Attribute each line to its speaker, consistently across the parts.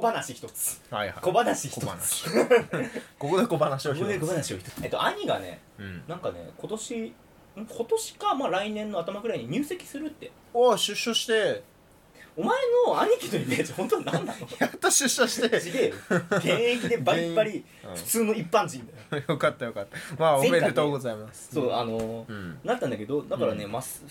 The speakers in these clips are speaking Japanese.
Speaker 1: 話一つ
Speaker 2: はいはい
Speaker 1: 小話一つ
Speaker 2: 小話ここで小話を
Speaker 1: 小
Speaker 2: しよう
Speaker 1: 話を一つえっと兄がね
Speaker 2: うん
Speaker 1: なんかね今年ん今年かまあ来年の頭ぐらいに入籍するって
Speaker 2: お出所して
Speaker 1: お前の兄貴のイメージ本当に何なの
Speaker 2: やっと出所して
Speaker 1: すげえよ現役でバリバリ
Speaker 2: うん
Speaker 1: 普通の一般人だよ、
Speaker 2: よかったよかったまあお
Speaker 1: 前回
Speaker 2: め
Speaker 1: ね
Speaker 2: でとうございます
Speaker 1: そうあのー
Speaker 2: うん
Speaker 1: なったんだけどだからね、
Speaker 2: うん
Speaker 1: まあす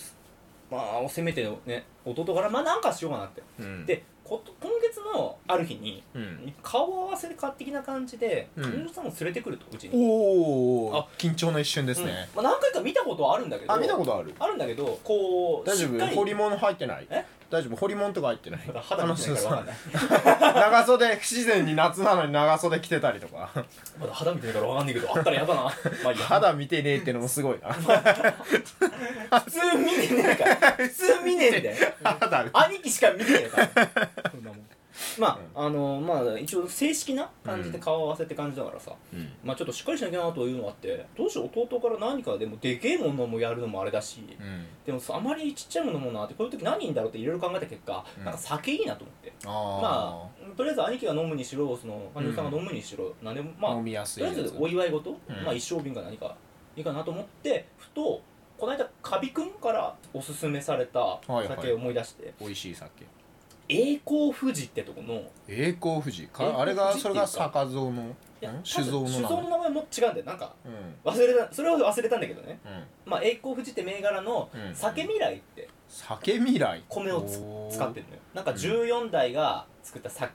Speaker 1: まあせめてね弟からまあなんかしようかなって、
Speaker 2: うん
Speaker 1: でこと今月のある日に
Speaker 2: うん
Speaker 1: 顔合わせで買ってきな感じで
Speaker 2: うん
Speaker 1: 彼女さんを連れてくるとうちに、
Speaker 2: おお
Speaker 1: あ
Speaker 2: 緊張の一瞬ですね、
Speaker 1: うんまあ、何回か見たことはあるんだけど
Speaker 2: あ見たことある
Speaker 1: あるんだけどこう
Speaker 2: 大丈
Speaker 1: しっ
Speaker 2: 夫
Speaker 1: かり
Speaker 2: ホリモン入ってない
Speaker 1: え
Speaker 2: 大丈夫ホリモンとか入ってない
Speaker 1: まだ肌見てないから分かんない
Speaker 2: あのそうそう 長袖不自然に夏なのに長袖着てたり とか
Speaker 1: まだ肌見てないから分かんないけどあったらや だなまあいいや
Speaker 2: 肌見てねえってのもすご いな
Speaker 1: 普通見ねえから普通見ねえんだよ
Speaker 2: 肌
Speaker 1: 兄貴しか見てないからそんなもんまあ、あのまあ一応正式な感じで顔合わせって感じだからさ、
Speaker 2: うん
Speaker 1: まあちょっとしっかりしなきゃなというのがあってどうしよう弟から何かでもでけえものもやるのもあれだし
Speaker 2: うん
Speaker 1: でもさあまりちっちゃいものもなってこういう時何いいんだろうっていろいろ考えた結果、
Speaker 2: うん
Speaker 1: なんか酒いいなと思って
Speaker 2: あー、
Speaker 1: まあとりあえず兄貴が飲むにしろその兄さんが飲むにしろ、なん、でもまあ
Speaker 2: 飲みやすい
Speaker 1: とりあえずお祝い事、
Speaker 2: うん
Speaker 1: まあ一生瓶が何かいいかなと思ってふとこの間カビくんからおすすめされた
Speaker 2: はい
Speaker 1: 酒を思い出して、
Speaker 2: 美味しい酒
Speaker 1: 栄光富士ってとこのい
Speaker 2: 栄光富士
Speaker 1: 栄
Speaker 2: か
Speaker 1: 光
Speaker 2: あれ
Speaker 1: 富
Speaker 2: が
Speaker 1: 士
Speaker 2: それが
Speaker 1: っていうか
Speaker 2: 酒造のん
Speaker 1: や
Speaker 2: 酒造の
Speaker 1: 酒
Speaker 2: 名
Speaker 1: 造の
Speaker 2: 前
Speaker 1: 名前も違うんだよなんか
Speaker 2: うん
Speaker 1: 忘れたそれを忘れたんだけどね
Speaker 2: うん
Speaker 1: まあ栄光富士って銘柄の
Speaker 2: うん
Speaker 1: 酒未来って
Speaker 2: 酒未来
Speaker 1: 米をつ
Speaker 2: おー
Speaker 1: 使ってるのよなんか14代が作ったさ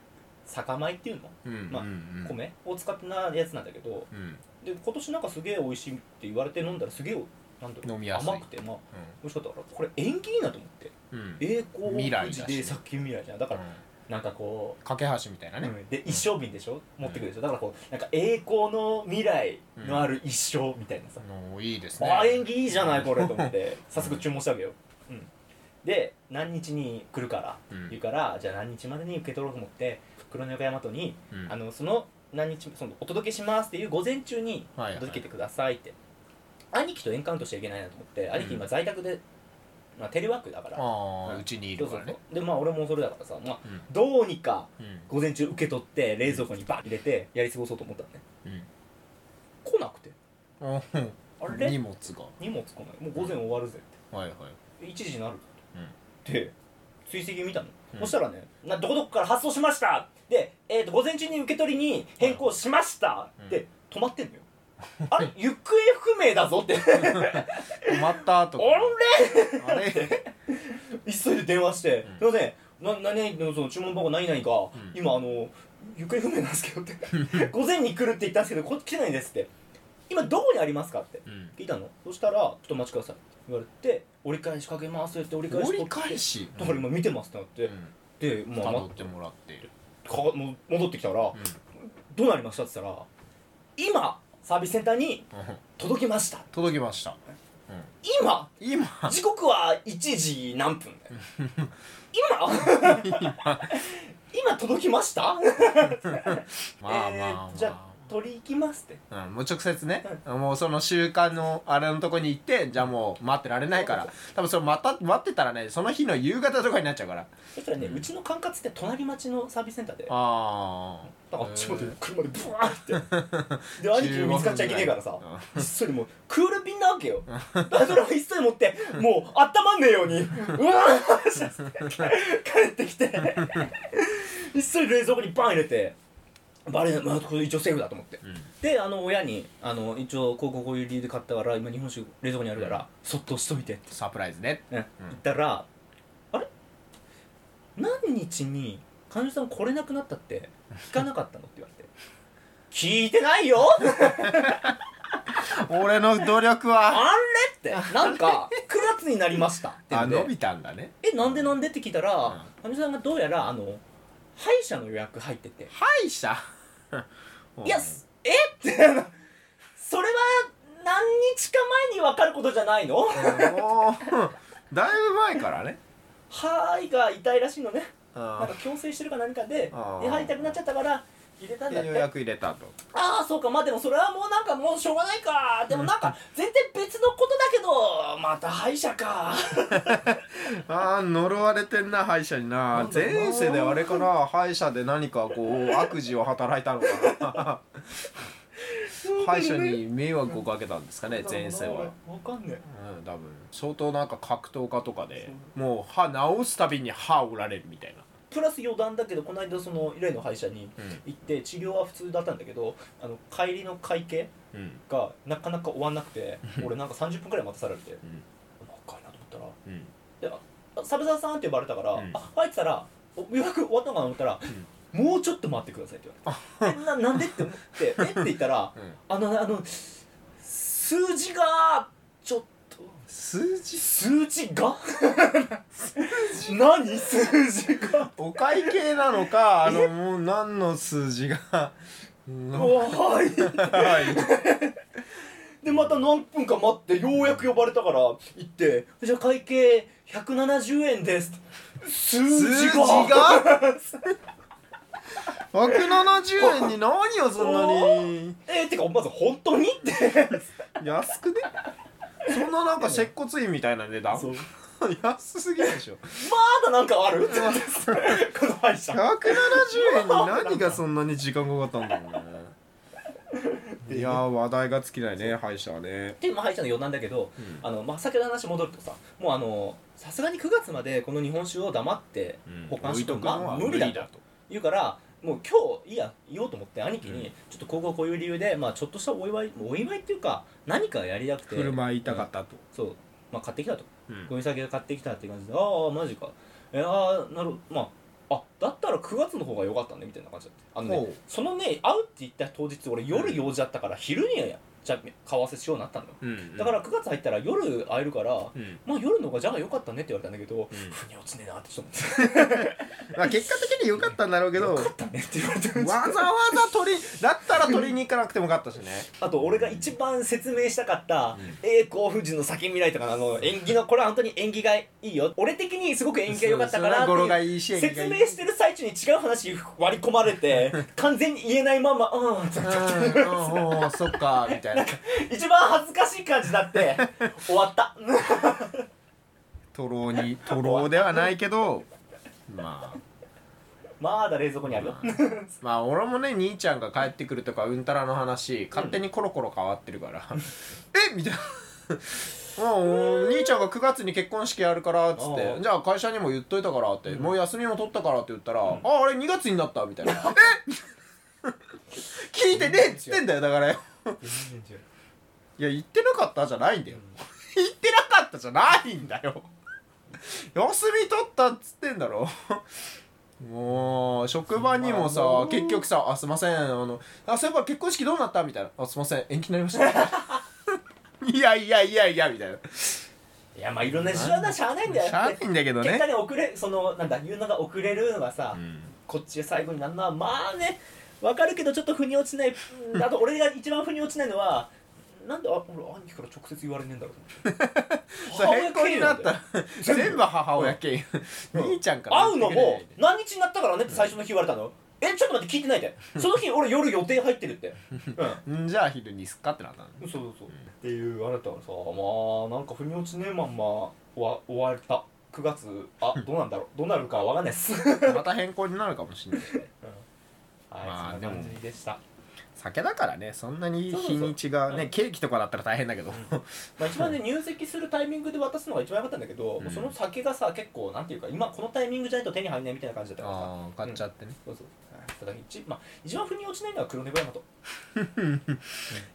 Speaker 1: 酒米っていうの
Speaker 2: うん
Speaker 1: まあ
Speaker 2: うんうん
Speaker 1: 米を使ってなやつなんだけど
Speaker 2: うん
Speaker 1: で今年なんかすげえ美味しいって言われて飲んだらすげえなんだろう
Speaker 2: 飲みやすい
Speaker 1: 甘くてまあ美味しかったからこれ縁起いいなと思って
Speaker 2: うんうん
Speaker 1: 栄光
Speaker 2: 未来
Speaker 1: 富
Speaker 2: だし
Speaker 1: 士でさっき未来じゃんだから
Speaker 2: う
Speaker 1: なんかこ
Speaker 2: ん架け橋みたいな
Speaker 1: う、
Speaker 2: ね
Speaker 1: うんで一生瓶でしょ持ってくるでしょだからこうなんか栄光の未来のある一生みたいなさ、
Speaker 2: のいいですね
Speaker 1: あ演技いいじゃないこれと思 って早速注文してあげよう、うん、で何日に来るから
Speaker 2: うん
Speaker 1: 言うからじゃあ何日までに受け取ろうと思って黒猫大和に、
Speaker 2: うん
Speaker 1: あのその何日そのお届けしますっていう午前中に
Speaker 2: はいはい
Speaker 1: 届けてくださいって、兄貴とエンカウントしちゃいけないなと思って、兄貴今在宅で、まあ、テレワークだから
Speaker 2: あ
Speaker 1: う
Speaker 2: あ
Speaker 1: ん
Speaker 2: うちにい
Speaker 1: そ
Speaker 2: る
Speaker 1: うそ
Speaker 2: か
Speaker 1: う
Speaker 2: ら
Speaker 1: そ
Speaker 2: ね
Speaker 1: うでまあ俺もそれだからさ、まあ、
Speaker 2: うん
Speaker 1: どうにか
Speaker 2: うん
Speaker 1: 午前中受け取って冷蔵庫にバン入れてやり過ごそうと思ったのね
Speaker 2: うん
Speaker 1: 来なくて
Speaker 2: あ
Speaker 1: あ
Speaker 2: ー
Speaker 1: れ
Speaker 2: 荷物が
Speaker 1: 荷物来ないもう午前終わるぜって
Speaker 2: はいはい
Speaker 1: 1時になる
Speaker 2: うん
Speaker 1: で追跡見たの、
Speaker 2: うん
Speaker 1: そしたらねな「どこどこから発送しました!」で、えーと「午前中に受け取りに変更しました!
Speaker 2: うん
Speaker 1: で止まって んのよあれ行方不明だぞって
Speaker 2: 止まった後
Speaker 1: あれ
Speaker 2: あれ
Speaker 1: 急いで電話して「
Speaker 2: う
Speaker 1: すいませんな何々のその注文箱何々か、
Speaker 2: うん
Speaker 1: 今あの行方不明なんですけど」って 「午前に来るって言ったんですけどこっち来てないんです」って「今どこにありますか?」って
Speaker 2: うん
Speaker 1: 聞いたのそしたら「ちょっとお待ちください」って言われて「折り返しかけます」って 折り返し取
Speaker 2: 折
Speaker 1: っ
Speaker 2: り
Speaker 1: て
Speaker 2: 返し
Speaker 1: だから今見てますってなって、で、
Speaker 2: うん
Speaker 1: まあ、
Speaker 2: 辿
Speaker 1: ま
Speaker 2: ってもらっている
Speaker 1: かもう戻ってきたら、
Speaker 2: うん
Speaker 1: どうなりましたって言ったら今サービスセンターに
Speaker 2: うん
Speaker 1: 届きました
Speaker 2: 届きました
Speaker 1: 今
Speaker 2: 今
Speaker 1: 時刻は1時何分だよ 今 今届きました
Speaker 2: まあまあ
Speaker 1: えー
Speaker 2: まあ
Speaker 1: じゃあ取り行きますって
Speaker 2: うん、もう直接ね、もうその習慣のあれのとこに行ってじゃあもう待ってられないから多分それまた待ってたらねその日の夕方とかになっちゃうから
Speaker 1: そしたらね、
Speaker 2: う
Speaker 1: うんちの管轄って隣町のサービスセンターでだか
Speaker 2: あ
Speaker 1: らあっちまで車でブワーって で
Speaker 2: あ
Speaker 1: 兄貴に見つかっちゃいけねえからさ
Speaker 2: う
Speaker 1: 一そりもうクール便なわけよだからそれを一そり持ってもう温まんねえようにうわーしゃって帰ってきて 一そり冷蔵庫にバン入れてバレない、まあ、これ一応セーフだと思って
Speaker 2: んうん
Speaker 1: であの親にあの一応こうこうこういう理由で買ったから今日本酒冷蔵庫にあるからそっと押しといてって
Speaker 2: サプライズね
Speaker 1: 言ったらあれ何日に患者さん来れなくなったって聞かなかったのって言われて聞いてないよ
Speaker 2: 俺の努力は
Speaker 1: あ れってなんか9月になりましたって言
Speaker 2: あ
Speaker 1: うん
Speaker 2: 伸
Speaker 1: で
Speaker 2: びたんだね
Speaker 1: えなんでなんでって聞いたら
Speaker 2: ん
Speaker 1: かみ、さんがどうやらあの歯医者の予約入ってて
Speaker 2: 歯 医者
Speaker 1: 「いや すえっ?」てそれは何日か前に分かることじゃないの
Speaker 2: もうだいぶ前からね
Speaker 1: 歯が痛いらしいのね
Speaker 2: うん
Speaker 1: なんか矯正してるか何かでで
Speaker 2: あー
Speaker 1: 歯痛くなっちゃったから入れたんだっ
Speaker 2: でよう
Speaker 1: て
Speaker 2: やく入れたと
Speaker 1: ああそうかまあでもそれはもうなんかもうしょうがないかでもなんか全然別のことだけどまた歯医者か
Speaker 2: ああ呪われてんな歯医者にな
Speaker 1: なんだろうな
Speaker 2: 前世であれかな歯医者で何かこう悪事を働いたのかな歯医者に迷惑をかけたんです かね前世は。
Speaker 1: わかんね
Speaker 2: うん、多分相当なんか格闘家とかでもう歯治すたびに歯折られるみたいな
Speaker 1: えプラス余談だけどこの間その例の歯医者に行って治療は普通だったんだけどあの帰りの会計
Speaker 2: うんうん
Speaker 1: がなかなか終わんなく て俺なんか30分くらい待たされて
Speaker 2: うん
Speaker 1: 長いなと思ったら
Speaker 2: うん
Speaker 1: あ「サブザーさん」って呼ばれたから「
Speaker 2: うん
Speaker 1: あ入ってたらお予約終わったのかなと思ったら、もうちょっと待ってください」って言われて「えななんで?」って思って「えっ?」て言ったら
Speaker 2: うん
Speaker 1: 「あのあの数字がちょっと
Speaker 2: 数字
Speaker 1: 数字が何数字が
Speaker 2: お会計なのかあのもう何の数字がうん
Speaker 1: はい」
Speaker 2: はい
Speaker 1: でまた何分か待ってようやく呼ばれたから行って「じゃあ会計170円です」数字
Speaker 2: 数
Speaker 1: が
Speaker 2: 字が170円に何をそんなに
Speaker 1: えー、てかまず本当にって
Speaker 2: 安くねそんななんか接骨院みたいな値段
Speaker 1: そうま
Speaker 2: 安すぎるでしょ
Speaker 1: だなんかあるって言 ってこの歯医者
Speaker 2: 170円に何がそんなに時間かかったんだろう ねいやー話題が尽きないね歯医者はね
Speaker 1: で、まあ、歯医者の余談だけど、
Speaker 2: うん
Speaker 1: あのまあ、先の話戻るとさもうあのさすがに9月までこの日本酒を黙って保管しておくのは無理だと
Speaker 2: と
Speaker 1: 言うからもう今日いいや言おうと思って兄貴
Speaker 2: うん
Speaker 1: にちょっとこうこうこういう理由で、まあ、ちょっとしたお祝いお祝いっていうか何かやりたくて
Speaker 2: 振る舞いたかったと
Speaker 1: そう、まあ、買ってきたと
Speaker 2: うん
Speaker 1: ゴミ酒買ってきたっていう感じでああマジかえああなるまああだったら9月の方が良かったねみたいな感じだったあの
Speaker 2: ほ
Speaker 1: ね
Speaker 2: う
Speaker 1: そのね会うって言った当日俺
Speaker 2: う
Speaker 1: 夜
Speaker 2: ん
Speaker 1: 用事だったから昼にやじゃ買わせしようになったのよ
Speaker 2: うん
Speaker 1: だから9月入ったら夜会えるから
Speaker 2: うんうん
Speaker 1: まあ夜の方がじゃあ良かったねって言われたんだけど
Speaker 2: うん
Speaker 1: 腑に落ちねえなってちょっと思
Speaker 2: まあ結果的に良かったんだろうけ
Speaker 1: っ
Speaker 2: ど
Speaker 1: て
Speaker 2: わ
Speaker 1: 良かったねって言われて
Speaker 2: ざわざ取りだったら取りに行かなくてもよかったしね
Speaker 1: あと俺が一番説明したかった
Speaker 2: うん
Speaker 1: 栄光富士の先未来とかのあの縁起のこれは本当に縁起がいいよ俺的にすごく縁起が良かったかなって
Speaker 2: そ
Speaker 1: いうう
Speaker 2: 語呂がいいし縁起
Speaker 1: 説
Speaker 2: がいい
Speaker 1: 明してる最中に違う話割り込まれて完全に言えないまま「うん」って
Speaker 2: うんうんうんそっかみたいな
Speaker 1: 一番恥ずかしい感じだって終わった
Speaker 2: とろうにとろうではないけどまあ
Speaker 1: まだ冷蔵庫にあるよ
Speaker 2: まあ俺もね兄ちゃんが帰ってくるとかうんたらの話勝手にコロコロ変わってるから、えみたいな。もう兄ちゃんが9月に結婚式やるからっつっ
Speaker 1: あ
Speaker 2: て
Speaker 1: あ
Speaker 2: じゃあ会社にも言っといたからって、もう休みも取ったからって言ったら、ああれ2月になったみたいなえ 聞いてねえっつってんだよだからよいや言ってなかったじゃないんだよ 言ってなかったじゃないんだよ 休み取ったっつってんだろ もう職場にも
Speaker 1: まあ
Speaker 2: さ結局さ「あすいませんあのあそういえば結婚式どうなった?」みたいな「あすいません延期になり ました」いやいやいやいや」みたいない
Speaker 1: やまあいろんな事情はしゃあないんだ
Speaker 2: し
Speaker 1: よ
Speaker 2: ゃあないんだけど
Speaker 1: 結果
Speaker 2: ね
Speaker 1: ね遅れそのなんだ言うのが遅れるのがさ、
Speaker 2: うん
Speaker 1: こっちで最後になるのはまあねわかるけどちょっと腑に落ちないうんあと俺が一番腑に落ちないのはなんであ俺兄貴から直接言われねえんだろうと
Speaker 2: そう
Speaker 1: 思
Speaker 2: 変更になったら
Speaker 1: 全部
Speaker 2: 全部母親経由兄ちゃんから
Speaker 1: 会うのも何日になったからねって最初の日言われたのえちょっと待って聞いてないで その日俺夜予定入ってるってうん
Speaker 2: うんじゃあ昼にすっかってなったのね
Speaker 1: そうそうそうっていうあれだったからさまあなんか腑に落ちねえまんま終わ終わった9月あどうなんだろうどうなるかわかんないっす
Speaker 2: また変更になるかもしれない
Speaker 1: はい、
Speaker 2: まあ
Speaker 1: そんな感じでした
Speaker 2: 酒だからねそんなに
Speaker 1: そうそうそ
Speaker 2: 日
Speaker 1: う
Speaker 2: にちがね
Speaker 1: うん
Speaker 2: ケーキとかだったら大変だけど、
Speaker 1: まあ、一番ね入籍するタイミングで渡すのが一番良かったんだけど、
Speaker 2: うん
Speaker 1: その先がさ結構なんていうか今このタイミングじゃないと手に入んないみたいな感じだったからさ
Speaker 2: ああ買っちゃってね、
Speaker 1: そうそうただ一,、まあ、一番腑に落ちないのは黒猫山と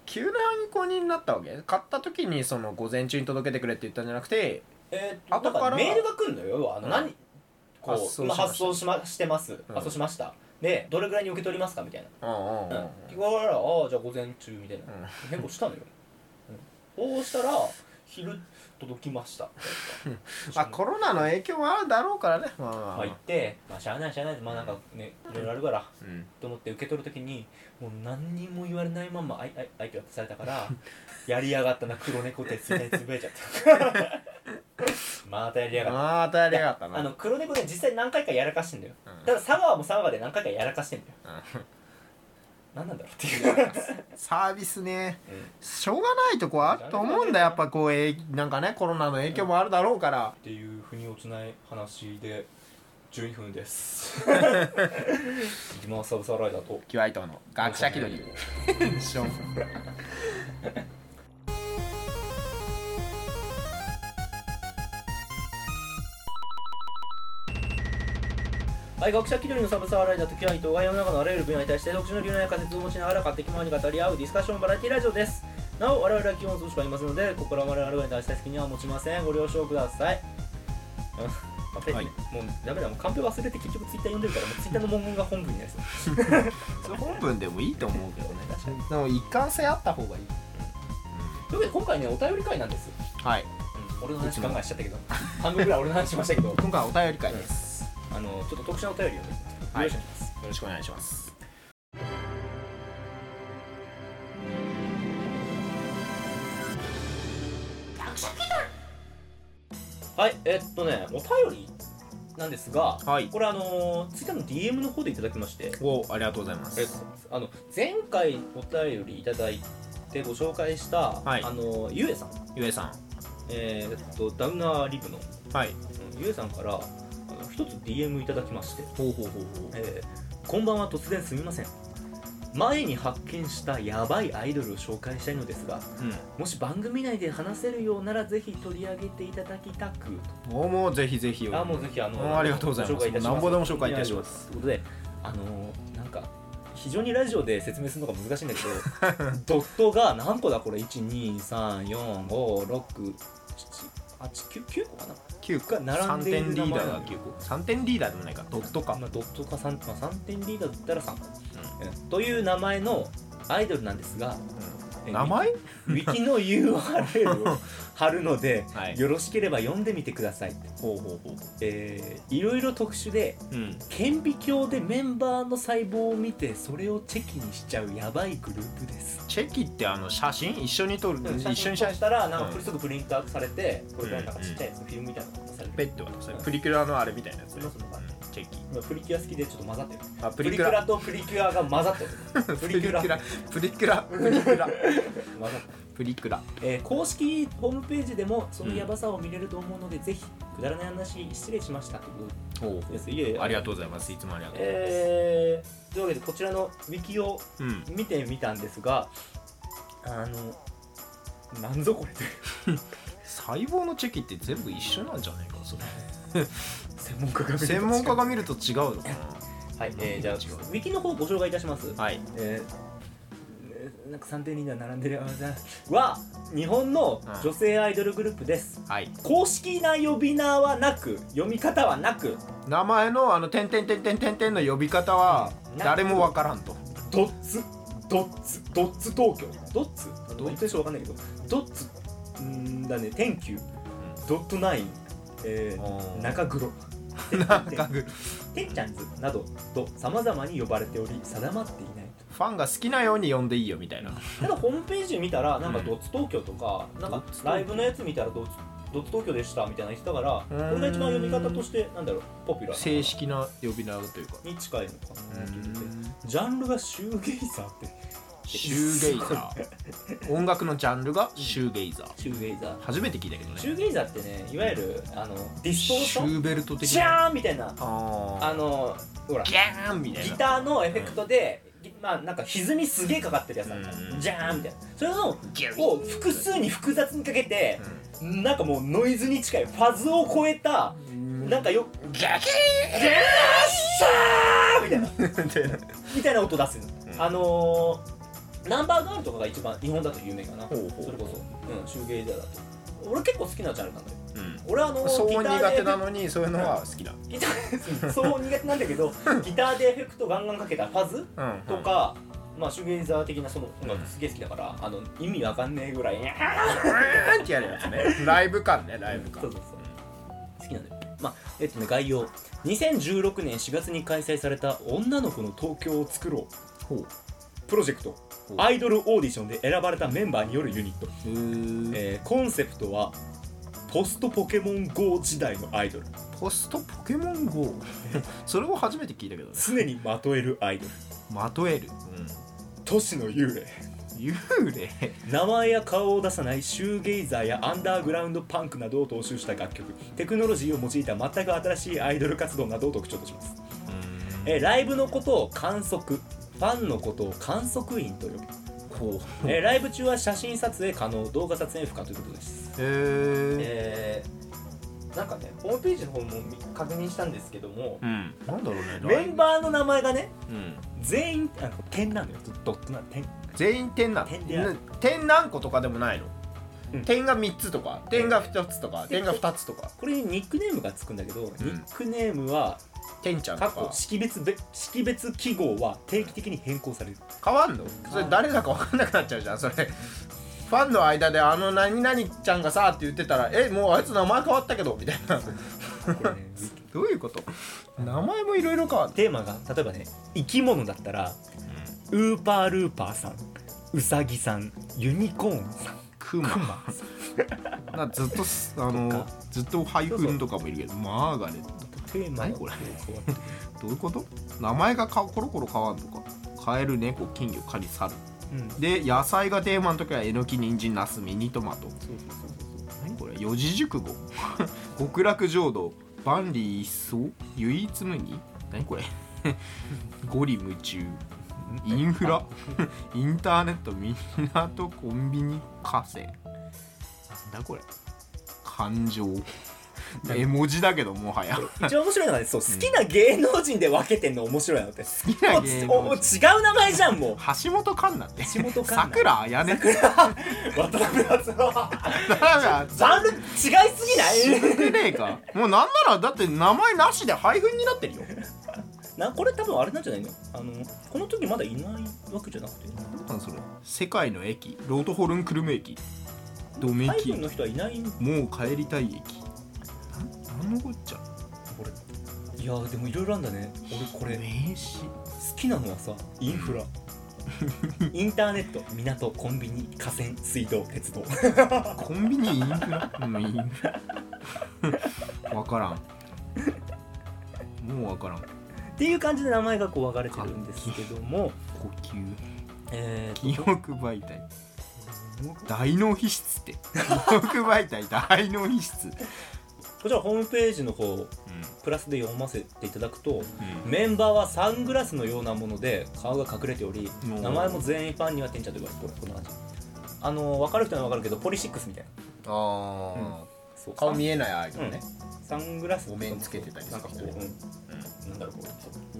Speaker 2: 急な購入になったわけ買った時にその午前中に届けてくれって言ったんじゃなくて
Speaker 1: えー、っとだ
Speaker 2: 後から
Speaker 1: からメールが来るのよ要はあの
Speaker 2: うん
Speaker 1: 何、こ
Speaker 2: 発
Speaker 1: う
Speaker 2: 送し
Speaker 1: 今
Speaker 2: ました
Speaker 1: 発送し,、ま、してます、
Speaker 2: うん
Speaker 1: 発送しましたでどれぐらいに受け取りますかみたい
Speaker 2: うんうんうん
Speaker 1: な、うん、こからああじゃあ午前中みたいな変更したのよ、うん、そうしたら昼届きましたみたい
Speaker 2: あ
Speaker 1: な
Speaker 2: コロナの影響はあるだろうからねまあまあ、
Speaker 1: まあ行って、まあ、しゃあないしゃあないまあなんかねいろいろあるから
Speaker 2: うん、
Speaker 1: と思って受け取る時にもう何にも言われないままあいあい相手はされたから やりやがったな黒猫ってついつぶえちゃった またやりやがった
Speaker 2: またやりやがったな
Speaker 1: あの黒猫ね実際何回かやらかしてんだよ
Speaker 2: うん
Speaker 1: ただ佐川も佐川で何回かやらかしてんだよ
Speaker 2: うん
Speaker 1: 何なんだろうっていう
Speaker 2: サービスねしょうがないとこはあると思うんだやっぱこうえいなんかねコロナの影響もあるだろうから
Speaker 1: っていう腑に落ちない話で12分です いきますサブサーライダーと
Speaker 2: キュアイトーの学者気取り しょう
Speaker 1: はい、学者気取りのサブサーライダーとキュア伊藤が世の中のあらゆる分野に対して独自の理論や仮説を持ちながら勝手気ままに語り合うディスカッションバラエティラジオですなお我々は基本そうしかいますのでここから我々に対して責任は持ちませんご了承くださいうんあペンね
Speaker 2: はい
Speaker 1: もうダメだもうカンペ忘れて結局ツイッター読んでるからもうツイッターの文言が本文になりそう
Speaker 2: それ本文でもいいと思うけどね
Speaker 1: 確かに
Speaker 2: でも一貫性あった方がいい、
Speaker 1: というわけで今回ねお便り会なんですよ、
Speaker 2: はい
Speaker 1: うん、俺の話考えしちゃったけど半分ぐらい俺の話しましたけど
Speaker 2: 今回はお便り会です、
Speaker 1: あのちょっと特殊なお便りをね
Speaker 2: はい
Speaker 1: 用意してます、
Speaker 2: よろしくお願いします
Speaker 1: はい、えっとね、お便りなんですが、
Speaker 2: はい
Speaker 1: これあのー、ツイッターの DM の方でいただきまして、
Speaker 2: おありがとうございま
Speaker 1: えっと、あの前回お便りいただいてご紹介した、
Speaker 2: はい
Speaker 1: あのゆえさん、
Speaker 2: ゆえさ
Speaker 1: えーっとダウナーリブの、
Speaker 2: んはい
Speaker 1: うんゆえさんからあの一つ DM いただきまして、
Speaker 2: ほうほうほうほう
Speaker 1: えーこんばんは突然すみません前に発見したヤバいアイドルを紹介したいのですが
Speaker 2: うん
Speaker 1: もし番組内で話せるようならぜひ取り上げていただきたく
Speaker 2: もうもうぜひぜひ
Speaker 1: あもうぜひあ
Speaker 2: うん
Speaker 1: の
Speaker 2: ありがとうございます
Speaker 1: 紹介いたします
Speaker 2: なんぼでも紹介いたします
Speaker 1: ということであのーなんか非常にラジオで説明するのが難しいんだけ どドットが何個だこれ123456789個かな
Speaker 2: 9個
Speaker 1: が並んでいる
Speaker 2: 3点リー
Speaker 1: 名
Speaker 2: ダー
Speaker 1: 前な
Speaker 2: が
Speaker 1: んだ
Speaker 2: 9個3点リーダーでもないかドットか、
Speaker 1: まあ、ドットか 3,、まあ、3点リーダーだったら3個、うんという名前のアイドルなんですがえ
Speaker 2: 名前
Speaker 1: ウィキウィキの URL を貼るので、
Speaker 2: はい
Speaker 1: よろしければ読んでみてくださいって
Speaker 2: ほうほうほ
Speaker 1: えーいろいろ特殊で
Speaker 2: ううん
Speaker 1: 顕微鏡でメンバーの細胞を見てそれをチェキにしちゃうやばいグループです
Speaker 2: チェキってあの写真一緒に撮る、一緒に写
Speaker 1: 写真
Speaker 2: 真
Speaker 1: したらなん
Speaker 2: うん
Speaker 1: かすぐプリントアウトされてこれからなんか
Speaker 2: うん
Speaker 1: ちっちゃいやつフィルムみたいなのがされ
Speaker 2: ペ
Speaker 1: て
Speaker 2: ッて渡されるプリクラのあれみたいなやつ
Speaker 1: それもその場合
Speaker 2: うんチェキ
Speaker 1: 今プリキュア好きでちょっと混ざってる
Speaker 2: あプ
Speaker 1: プリ
Speaker 2: リ
Speaker 1: ク
Speaker 2: クラ
Speaker 1: ラとプリキュアが混ざってる プリクラ
Speaker 2: プ
Speaker 1: 混ざっ
Speaker 2: プリクラプリクラ
Speaker 1: てる
Speaker 2: プリクラ
Speaker 1: えー公式ホームページでもそのヤバさを見れると思うので、ぜひくだらない話失礼しましたというこ
Speaker 2: ほう
Speaker 1: とですいえいえ
Speaker 2: ありがとうございますいつもありがとうございます、
Speaker 1: えー、というわけでこちらのウィキを
Speaker 2: うん
Speaker 1: 見てみたんですがあのなんぞこれ
Speaker 2: 細胞のチェキって全部一緒なんじゃないかそれ
Speaker 1: 専門家が見ると違う
Speaker 2: 専門家が見ると違うのか
Speaker 1: はい、えー、じゃあウィキの方ご紹介いたします
Speaker 2: なはい
Speaker 1: えーなんか3点リーダー並んでるあじゃあは日本の女性アイドルグループです、
Speaker 2: はい
Speaker 1: 公式な呼び名はなく読み方はなく
Speaker 2: 名前のあの点点点点点点の呼び方は誰もわからんと
Speaker 1: ドッツドッツドッツ東京ドッツどう言ってるかわかんないけどドッツうーんだね天球ドットナイン、え
Speaker 2: お
Speaker 1: ー、
Speaker 2: ー
Speaker 1: 中黒
Speaker 2: 中黒
Speaker 1: てっちゃんずなどとさまざまに呼ばれており定まっていない
Speaker 2: ファンが好きなように呼んでいいよみたいな
Speaker 1: ただホームページ見たらなんか
Speaker 2: うん
Speaker 1: ドッツ東京とかなん
Speaker 2: ド
Speaker 1: か
Speaker 2: ッツ東京
Speaker 1: ライブのやつ見たらドッツドッツ東京でしたみたいなの言ってたから
Speaker 2: うー
Speaker 1: こ
Speaker 2: ん
Speaker 1: れが一番読み方としてなんだろうポピュラー
Speaker 2: 正式な呼び名というか
Speaker 1: に近いのかなと思ってジャンルがシューゲイザーって
Speaker 2: シューゲイザー音楽のジャンルがシューゲイザー
Speaker 1: シューゲイザー
Speaker 2: 初めて聞いたけど
Speaker 1: シ
Speaker 2: ね
Speaker 1: ューゲイザーってねいわゆるあのディス
Speaker 2: シ
Speaker 1: トーション
Speaker 2: ューベルト的
Speaker 1: シャ
Speaker 2: な
Speaker 1: ーンみたいな
Speaker 2: あー
Speaker 1: あのほら
Speaker 2: ギャーンみたい
Speaker 1: ギ
Speaker 2: な
Speaker 1: ターのエフェクトで、ぎまあなんか歪みすげえかかってるやつなん
Speaker 2: うんうん
Speaker 1: じゃーんみたいなそれの
Speaker 2: ギャ
Speaker 1: を複数に複雑にかけて
Speaker 2: う、ん
Speaker 1: なんかもうノイズに近いファズを超えたなんかよ「
Speaker 2: ギャキ
Speaker 1: ゲーッシャー!」みたいな
Speaker 2: ーンって
Speaker 1: みたいな音出すの、
Speaker 2: うん
Speaker 1: あのー、ナンバーガールとかが一番日本だと有名かな
Speaker 2: ほうほう
Speaker 1: それこそ、うん、シューゲイザーだと俺結構好きなジャンルなんだよ
Speaker 2: うん
Speaker 1: 俺はあのー、
Speaker 2: 騒音苦手な
Speaker 1: の
Speaker 2: のにそういうのは好きだ
Speaker 1: ギター そう苦手なんだけ どギターでエフェクトガンガンかけたファズ
Speaker 2: うん
Speaker 1: とか、まあ、シューゲイザー的なその音楽すげえ好きだから、あの意味わかんねえぐらいにゃー
Speaker 2: うーんってやるやつねライブ感ねライブ感
Speaker 1: そうそうそう好きなんだよまあえっとね概要2016年4月に開催された「女の子の東京を作ろう
Speaker 2: ほう」
Speaker 1: プロジェクト
Speaker 2: ほう
Speaker 1: アイドルオーディションで選ばれたメンバーによるユニット、
Speaker 2: うーん
Speaker 1: えーコンセプトはポストポケモン GO 時代のアイドル
Speaker 2: ポストポケモン GO それを初めて聞いたけどね
Speaker 1: 常にまとえるアイドル
Speaker 2: まとえる
Speaker 1: 都市の幽霊
Speaker 2: 幽霊
Speaker 1: 名前や顔を出さないシューゲイザーやアンダーグラウンドパンクなどを踏襲した楽曲テクノロジーを用いた全く新しいアイドル活動などを特徴としますえーライブのことを観測ファンのことを観測員と呼ぶ、
Speaker 2: ほう
Speaker 1: えーライブ中は写真撮影可能動画撮影不可ということです
Speaker 2: へ
Speaker 1: え
Speaker 2: え
Speaker 1: ー、なんかねホームページの方も見確認したんですけども
Speaker 2: うんなんだろうね
Speaker 1: メンバーの名前がね
Speaker 2: うん
Speaker 1: 全員あの点なのよドドットなの点
Speaker 2: 全員点なの
Speaker 1: 点である
Speaker 2: ね点何個とかでもないの、
Speaker 1: うん
Speaker 2: 点が3つとか点が2つとか点が2つとか
Speaker 1: これにニックネームがつくんだけど、ニックネームは
Speaker 2: 点ちゃんと
Speaker 1: 過去
Speaker 2: か
Speaker 1: 識別べ識別記号は定期的に変更される
Speaker 2: 変わんのそれ誰だか分かんなくなっちゃうじゃんそれファンの間であの何々ちゃんがさって言ってたらえもうあいつ名前変わったけどみたいな
Speaker 1: これ、 ね、
Speaker 2: どういうこと名前もいろいろ変わって
Speaker 1: テーマが例えばね生き物だったらウーパールーパーさんウサギさんユニコーン さん
Speaker 2: クマ
Speaker 1: クマさん
Speaker 2: なずっとすあ
Speaker 1: とか
Speaker 2: ずっとハイフンとかもいるけどマーガレット
Speaker 1: テーマが
Speaker 2: 何これ
Speaker 1: 変わってる
Speaker 2: どういうこと名前がかコロコロ変わんのかカエル猫金魚カニサル
Speaker 1: うんそう
Speaker 2: で野菜がテーマの時はえのき人参ナスミニトマト
Speaker 1: そうそうそう
Speaker 2: 何これ四字熟語 極楽浄土万里一層唯一無二何これ ゴリ夢中インフラ インターネット港コンビニ河川なんだこれ感 情絵文字だけどもはや
Speaker 1: 一番面白いのはねそう好きな芸能人で分けてんの面白いなって
Speaker 2: 好きな芸
Speaker 1: もうおお
Speaker 2: 能人
Speaker 1: 違う名前じゃんもう
Speaker 2: 橋本環奈 って
Speaker 1: 橋本環奈
Speaker 2: さくらあやね
Speaker 1: 渡辺篤郎
Speaker 2: なんか
Speaker 1: ジャンル違いすぎない
Speaker 2: でねえかもうなんならだって名前なしで配分になってるよ
Speaker 1: なこれ多分あれなんじゃないのあのこの時まだいないわけじゃなくて
Speaker 2: なんそれ世界の駅ロートホルンクルム駅ドメ
Speaker 1: ハイ
Speaker 2: キ
Speaker 1: フンの人はいないん
Speaker 2: もう帰りたい駅なんなんのこっちゃ
Speaker 1: これいやーでもいろいろあんだね俺これ好
Speaker 2: 名刺
Speaker 1: きなのはさインフ ラインターネット港コンビニ河川水道鉄道
Speaker 2: コンビニインフラうんインフラ わからんもうわからん
Speaker 1: っていう感じで名前がこう分かれてるんですけども
Speaker 2: 呼吸
Speaker 1: え
Speaker 2: 記
Speaker 1: ーと
Speaker 2: 憶媒体大脳皮質って記憶媒体大脳皮質うん
Speaker 1: こちらホームページの方プラスで読ませていただくと
Speaker 2: うん
Speaker 1: メンバーはサングラスのようなもので顔が隠れており
Speaker 2: うん
Speaker 1: 名前も全員ファンにはてんちゃんと言われてるこんな感じあの分かる人には分かるけどポリシックスみたいな
Speaker 2: あ
Speaker 1: そう
Speaker 2: ー顔見えないアイドルね
Speaker 1: サングラス
Speaker 2: お面つけてたりす
Speaker 1: な
Speaker 2: る
Speaker 1: んかこう、うん、なんだろうこ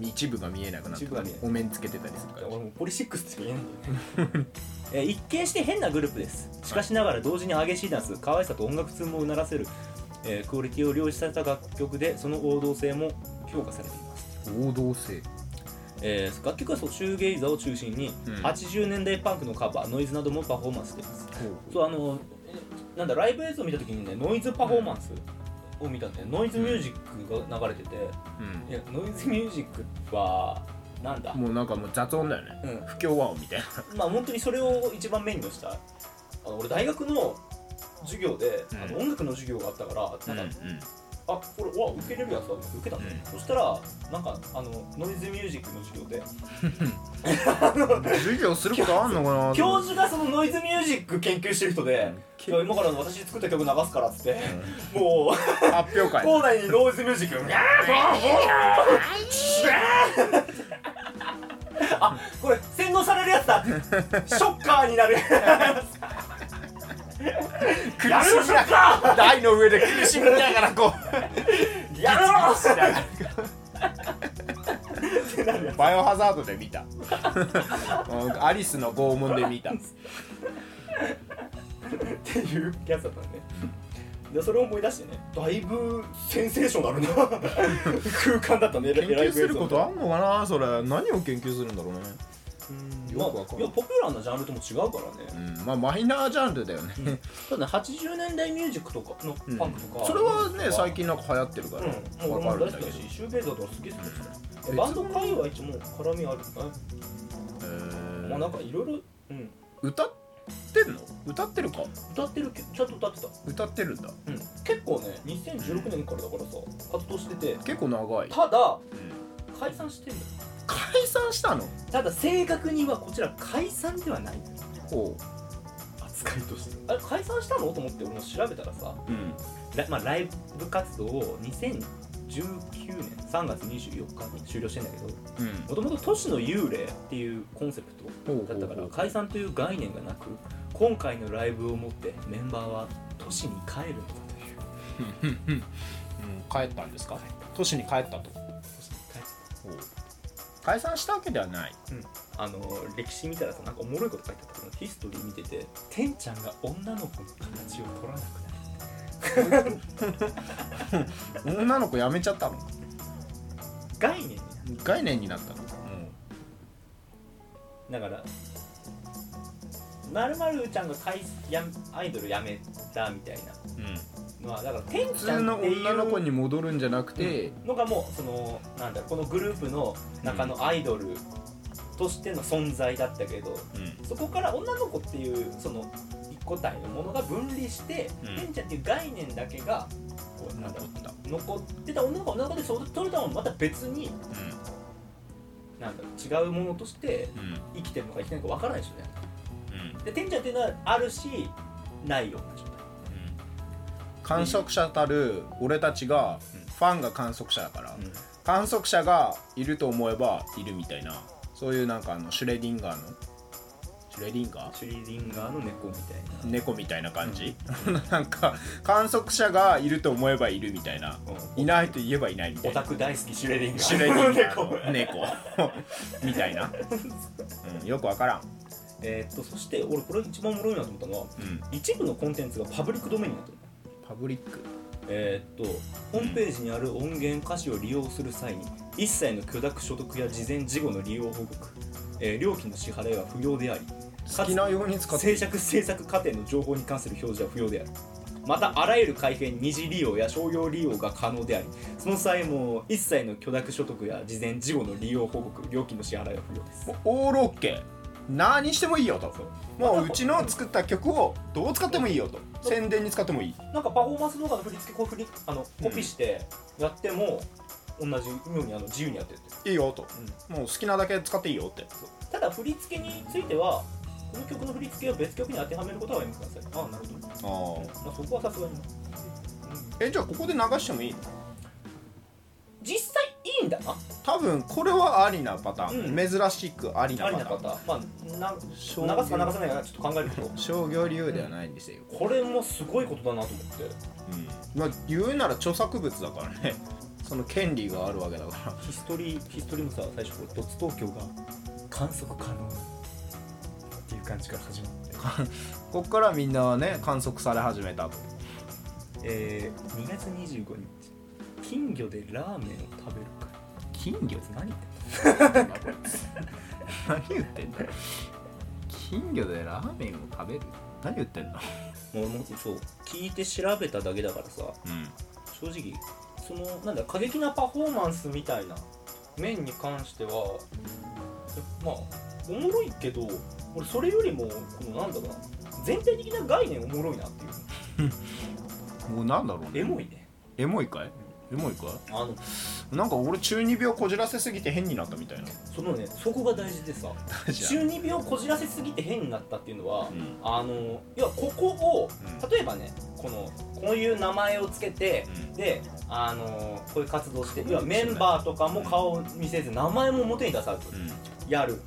Speaker 1: う
Speaker 2: 一部が見えなくなって
Speaker 1: 一部が見えない
Speaker 2: お面つけてたりするから
Speaker 1: 俺もポリシックスって言えないんだよね えー一見して変なグループですしかしながら同時に激しいダンス可愛さと音楽通もうならせる、えークオリティを両立された楽曲でその王道性も評価されています
Speaker 2: 王道性
Speaker 1: えー楽曲はそうシューゲイザーを中心に、
Speaker 2: うん
Speaker 1: 80年代パンクのカバーノイズなどもパフォーマンスしていますそうあのえなんだライブ映像を見た時にねノイズパフォーマンスを見たんでノイズミュージックが流れてて、
Speaker 2: うん
Speaker 1: いやノイズミュージックはなんだ
Speaker 2: もうなんかもう雑音だよね
Speaker 1: うん
Speaker 2: 不協和音みたいな
Speaker 1: まあ本当にそれを一番メインにしたあの俺大学の授業で、
Speaker 2: うん
Speaker 1: あの音楽の授業があったからなんか、あこれうわ受けれるやつだ受けたんだ、
Speaker 2: うん
Speaker 1: そしたらなんかあのノイズミュージックの授業で
Speaker 2: 授業することあんのかな
Speaker 1: 教授がそのノイズミュージック研究してる人で、いや今から私作った曲流すからっつって、もう
Speaker 2: 発表会
Speaker 1: 校内にノイズミュージックがあこれ洗脳されるやつだショッカーになるやめろショッカ
Speaker 2: 台の上で苦しみながらこ
Speaker 1: ーやめろ
Speaker 2: うバイオハザードで見たうんアリスの拷問で見た
Speaker 1: っていうやつだったんで、ね、でそれを思い出してねだいぶセンセーショナルな 空間だったね
Speaker 2: 研究するこ
Speaker 1: は
Speaker 2: とあんのかなそれ何を研究するんだろうね
Speaker 1: うん
Speaker 2: よくわかんな
Speaker 1: まあ
Speaker 2: い
Speaker 1: いやポピュラーなジャンルとも違うからね
Speaker 2: うんまあマイナージャンルだよね
Speaker 1: ただ80年代ミュージックとかのパンクとか、
Speaker 2: それはね最近なんか流行ってるから
Speaker 1: うん、もう
Speaker 2: わ
Speaker 1: 俺
Speaker 2: か
Speaker 1: も大好
Speaker 2: るん
Speaker 1: きだ
Speaker 2: だけど
Speaker 1: し、シューベイザーとか好きですけ
Speaker 2: うん
Speaker 1: ど、バンド界隈一応もう絡みあるか
Speaker 2: へ
Speaker 1: な、
Speaker 2: ー
Speaker 1: もうなんかいろいろ、うん、
Speaker 2: 歌ってんの歌ってるか
Speaker 1: 歌ってるけど、ちゃんと歌ってた、
Speaker 2: 歌ってるんだ
Speaker 1: うん、結構ね、2016年からだからさ、活動してて、
Speaker 2: 結構長い
Speaker 1: ただ、
Speaker 2: うん
Speaker 1: 解散してんだよ、
Speaker 2: 解散したの
Speaker 1: ただ正確にはこちら解散ではない
Speaker 2: ほ
Speaker 1: 扱いとしてあれ解散したのと思って俺も調べたらさ
Speaker 2: ううん
Speaker 1: ラ,、まあ、ライブ活動を2019年3月24日に終了してんだけど
Speaker 2: うん
Speaker 1: もともと都市の幽霊っていうコンセプ
Speaker 2: ほう
Speaker 1: トだったから
Speaker 2: ほうほう
Speaker 1: 解散という概念がなく今回のライブをもってメンバーは都市に帰るのだという
Speaker 2: うん帰ったんですか都市に帰ったと
Speaker 1: 都市に帰る
Speaker 2: 解散したわけではない
Speaker 1: あの歴史見たらさなんかおもろいこと書いてあったけどヒストリー見てて「てんちゃんが女の子の形を取らなくなる
Speaker 2: 女の子辞めちゃったの」
Speaker 1: 概念にな
Speaker 2: 概念になったの
Speaker 1: だからまるまるちゃんが解やアイドルやめたみたいな
Speaker 2: うん
Speaker 1: のはだから天
Speaker 2: 普
Speaker 1: ちゃ
Speaker 2: 通
Speaker 1: ん
Speaker 2: の
Speaker 1: っていう
Speaker 2: 女の子に戻るんじゃなくて、
Speaker 1: のがもうそのなんだこのグループの中のアイドルとしての存在だったけどそこから女の子っていうその一個体のものが分離して、
Speaker 2: うん
Speaker 1: 天ちゃんっていう概念だけがこうなんだ
Speaker 2: 残
Speaker 1: ろう
Speaker 2: った、
Speaker 1: 残ってた女の子は女の子でそそれとはまた別になんだろう違うものとして
Speaker 2: うんうん
Speaker 1: 生きてるのか生きてないのか分からないでしょねで天ちゃんっていうのはあるしないような状態
Speaker 2: 観測者たる俺たちが、
Speaker 1: うん
Speaker 2: ファンが観測者だから、
Speaker 1: うん
Speaker 2: 観測者がいると思えばいるみたいなそういうなんかあのシュレディンガーのシュレディンガー
Speaker 1: シュリーディンガーの猫みたいな、
Speaker 2: 猫みたいな感じ、なんか観測者がいると思えばいるみたいな
Speaker 1: うん
Speaker 2: いないと言えばいないみた
Speaker 1: オ
Speaker 2: い
Speaker 1: タ
Speaker 2: な
Speaker 1: ク大好きシュレディンガー
Speaker 2: シュレディンガー
Speaker 1: 猫
Speaker 2: の猫みたいな、うん、よくわからん、
Speaker 1: えーっとそして俺これ一番おもろいなと思ったのは
Speaker 2: うん、
Speaker 1: 一部のコンテンツがパブリックドメインになってる
Speaker 2: パブリック
Speaker 1: えーっとホームページにある音源歌詞を利用する際に一切の許諾所得や事前事後の利用報告、えー料金の支払いは不要であり
Speaker 2: 好きなように使って
Speaker 1: 制作制作過程の情報に関する表示は不要であるまたあらゆる改変二次利用や商用利用が可能でありその際も一切の許諾所得や事前事後の利用報告料金の支払いは不要です
Speaker 2: もうオールオッケー何してもいいよと
Speaker 1: そう
Speaker 2: もううちの作った曲をどう使ってもいいよと宣伝に使ってもいい
Speaker 1: なんかパフォーマンス動画の振り付けこう振りあのコピーしてやっても、同じようにあの自由にやってるって、
Speaker 2: いいよともう好きなだけ使っていいよって
Speaker 1: ただ振り付けについてはこの曲の振り付けを別曲に当てはめることはやめてくださいああなるほど、
Speaker 2: あー
Speaker 1: まあ、そこはさすがに、うん
Speaker 2: えじゃあここで流してもいいの
Speaker 1: 実際いいんだな
Speaker 2: 多分これはありなパターン、
Speaker 1: う
Speaker 2: 珍しくありな
Speaker 1: あり
Speaker 2: パ
Speaker 1: なか
Speaker 2: ターン
Speaker 1: ったまあな
Speaker 2: 商
Speaker 1: 流すか流さないかちょっと考えるけど
Speaker 2: 商業理由ではないんですよ、
Speaker 1: これもすごいことだなと思って
Speaker 2: うんまあ言うなら著作物だからね その権利があるわけだから
Speaker 1: ヒストリーヒストリーもさ最初これドツ東京が観測可能っていう感じから始まって、
Speaker 2: こっからみんなはね観測され始めたと
Speaker 1: えー、2月25日金魚でラーメンを食べるか
Speaker 2: 金魚
Speaker 1: 金魚って何言ってんの
Speaker 2: 何言ってんだ金魚でラーメンを食べる何言ってんだ
Speaker 1: もうもうそう聞いて調べただけだからさ
Speaker 2: う
Speaker 1: 正直そのなんだ過激なパフォーマンスみたいな面に関してはまあおもろいけど俺それよりもこのなんだろうな全体的な概念おもろいなっていうん
Speaker 2: もうなんだろうね
Speaker 1: エモいね
Speaker 2: エモいかいエモいか
Speaker 1: あの
Speaker 2: いなんか俺中二病こじらせすぎて変になったみたいな
Speaker 1: そのねそこが大事でさ 中二病をこじらせすぎて変になったっていうのは、
Speaker 2: うん
Speaker 1: あの要はここを
Speaker 2: うん
Speaker 1: 例えばねこのこういう名前をつけて
Speaker 2: うん
Speaker 1: であのこういう活動して要はメンバーとかも顔を見せず名前も表に出さずやる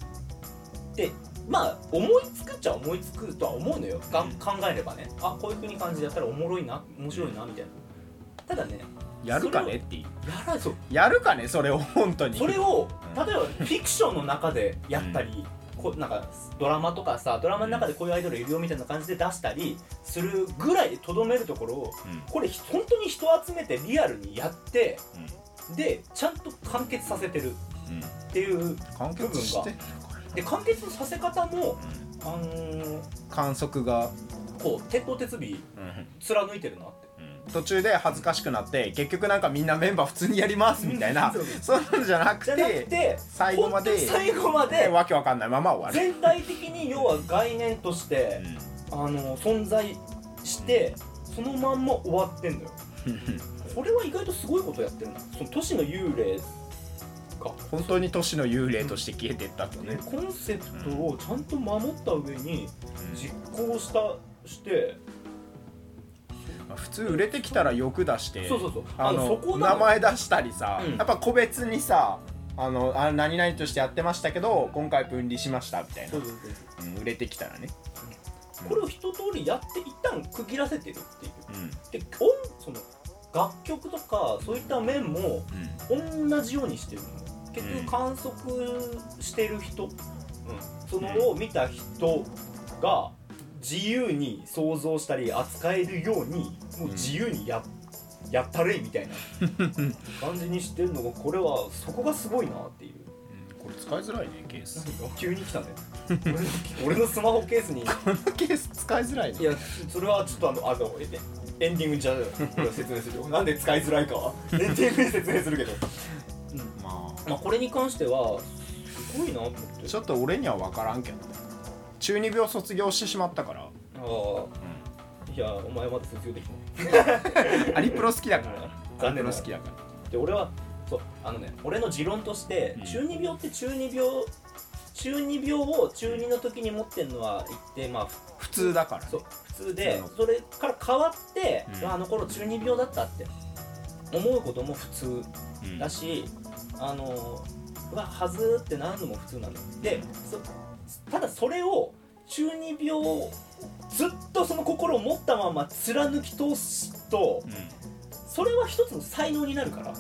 Speaker 1: でまあ思いつくっちゃ思いつくとは思うのよ、が
Speaker 2: うん
Speaker 1: 考えればねあこういう風に感じでやったらおもろいな面白いなみたいなただね
Speaker 2: やるかねっていう
Speaker 1: やらそう
Speaker 2: やるかねそれを本当に
Speaker 1: それを
Speaker 2: う
Speaker 1: 例えばフィクションの中でやったり、こうなんかドラマとかさドラマの中でこういうアイドルいるよみたいな感じで出したりするぐらいでとどめるところを
Speaker 2: うん
Speaker 1: これ本当に人集めてリアルにやってでちゃんと完結させてる
Speaker 2: うんうん
Speaker 1: っていう
Speaker 2: 完結して
Speaker 1: で完結させ方も
Speaker 2: うん
Speaker 1: あのー
Speaker 2: 観測が、
Speaker 1: こう鉄頭鉄尾貫いてるなって
Speaker 2: 途中で恥ずかしくなって結局なんかみんなメンバー普通にやりますみたいな
Speaker 1: そう
Speaker 2: そういうのじゃなく
Speaker 1: じゃなく
Speaker 2: て
Speaker 1: て
Speaker 2: 最後まで
Speaker 1: 本当に最後まで
Speaker 2: わけわかんないまま終わる
Speaker 1: 全体的に要は概念として、あの存在してそのまんま終わってんだよ
Speaker 2: うん
Speaker 1: これは意外とすごいことやってるなその都市の幽霊
Speaker 2: か本当に都市の幽霊として消えてったとね
Speaker 1: ね、コンセプトをちゃんと守った上に実行したして、
Speaker 2: まあ普通売れてきたら欲出して
Speaker 1: そうそうそう
Speaker 2: あ
Speaker 1: あのそこ
Speaker 2: の
Speaker 1: な
Speaker 2: 名
Speaker 1: の
Speaker 2: 前出したりさ、
Speaker 1: うん
Speaker 2: やっぱ個別にさあのあ何々としてやってましたけど今回分離しましたみたいな
Speaker 1: そう、そうそう
Speaker 2: うん売れてきたらね
Speaker 1: これを一通りやって一旦区切らせてるっていう
Speaker 2: うん
Speaker 1: で音その楽曲とかそういった面も同じようにしてるの結
Speaker 2: うん
Speaker 1: 局観測してる人、うん、そのを見た人が自由に想像したり扱えるようにもう自由にや,、やったれいみたいな感じにしてるのがこれはそこがすごいなっていう。
Speaker 2: うんこれ使いづらいねケース
Speaker 1: 急に来 たね俺の俺のスマホケースにい
Speaker 2: この ケース使いづらいね
Speaker 1: やそれはちょっとあのあのえエンディングじゃ俺は説明するよなんで使いづらいかはエンディングで説明するけど、うん
Speaker 2: まあ
Speaker 1: まあ、これに関してはすごいなと思って
Speaker 2: ちょっと俺には分からんけど中二病卒業してしまったから、
Speaker 1: ああいやお前まだ卒業できな
Speaker 2: アリプロ好きだか
Speaker 1: い
Speaker 2: らア
Speaker 1: 残念
Speaker 2: リプロ
Speaker 1: な
Speaker 2: 好きだか
Speaker 1: で俺はそうあのね俺の持論として、
Speaker 2: うん
Speaker 1: 中二病って中二病中二病を中二の時に持ってるのは一定まあ
Speaker 2: ら普通だからね
Speaker 1: そう普通で
Speaker 2: 普
Speaker 1: それから変わって、
Speaker 2: うん
Speaker 1: あの頃中二病だったって思うことも普通
Speaker 2: うん
Speaker 1: だし、あのうわはずーってなるのも普通なのでそただそれを中二病をずっとその心を持ったまま貫き通すとそれは一つの才能になるから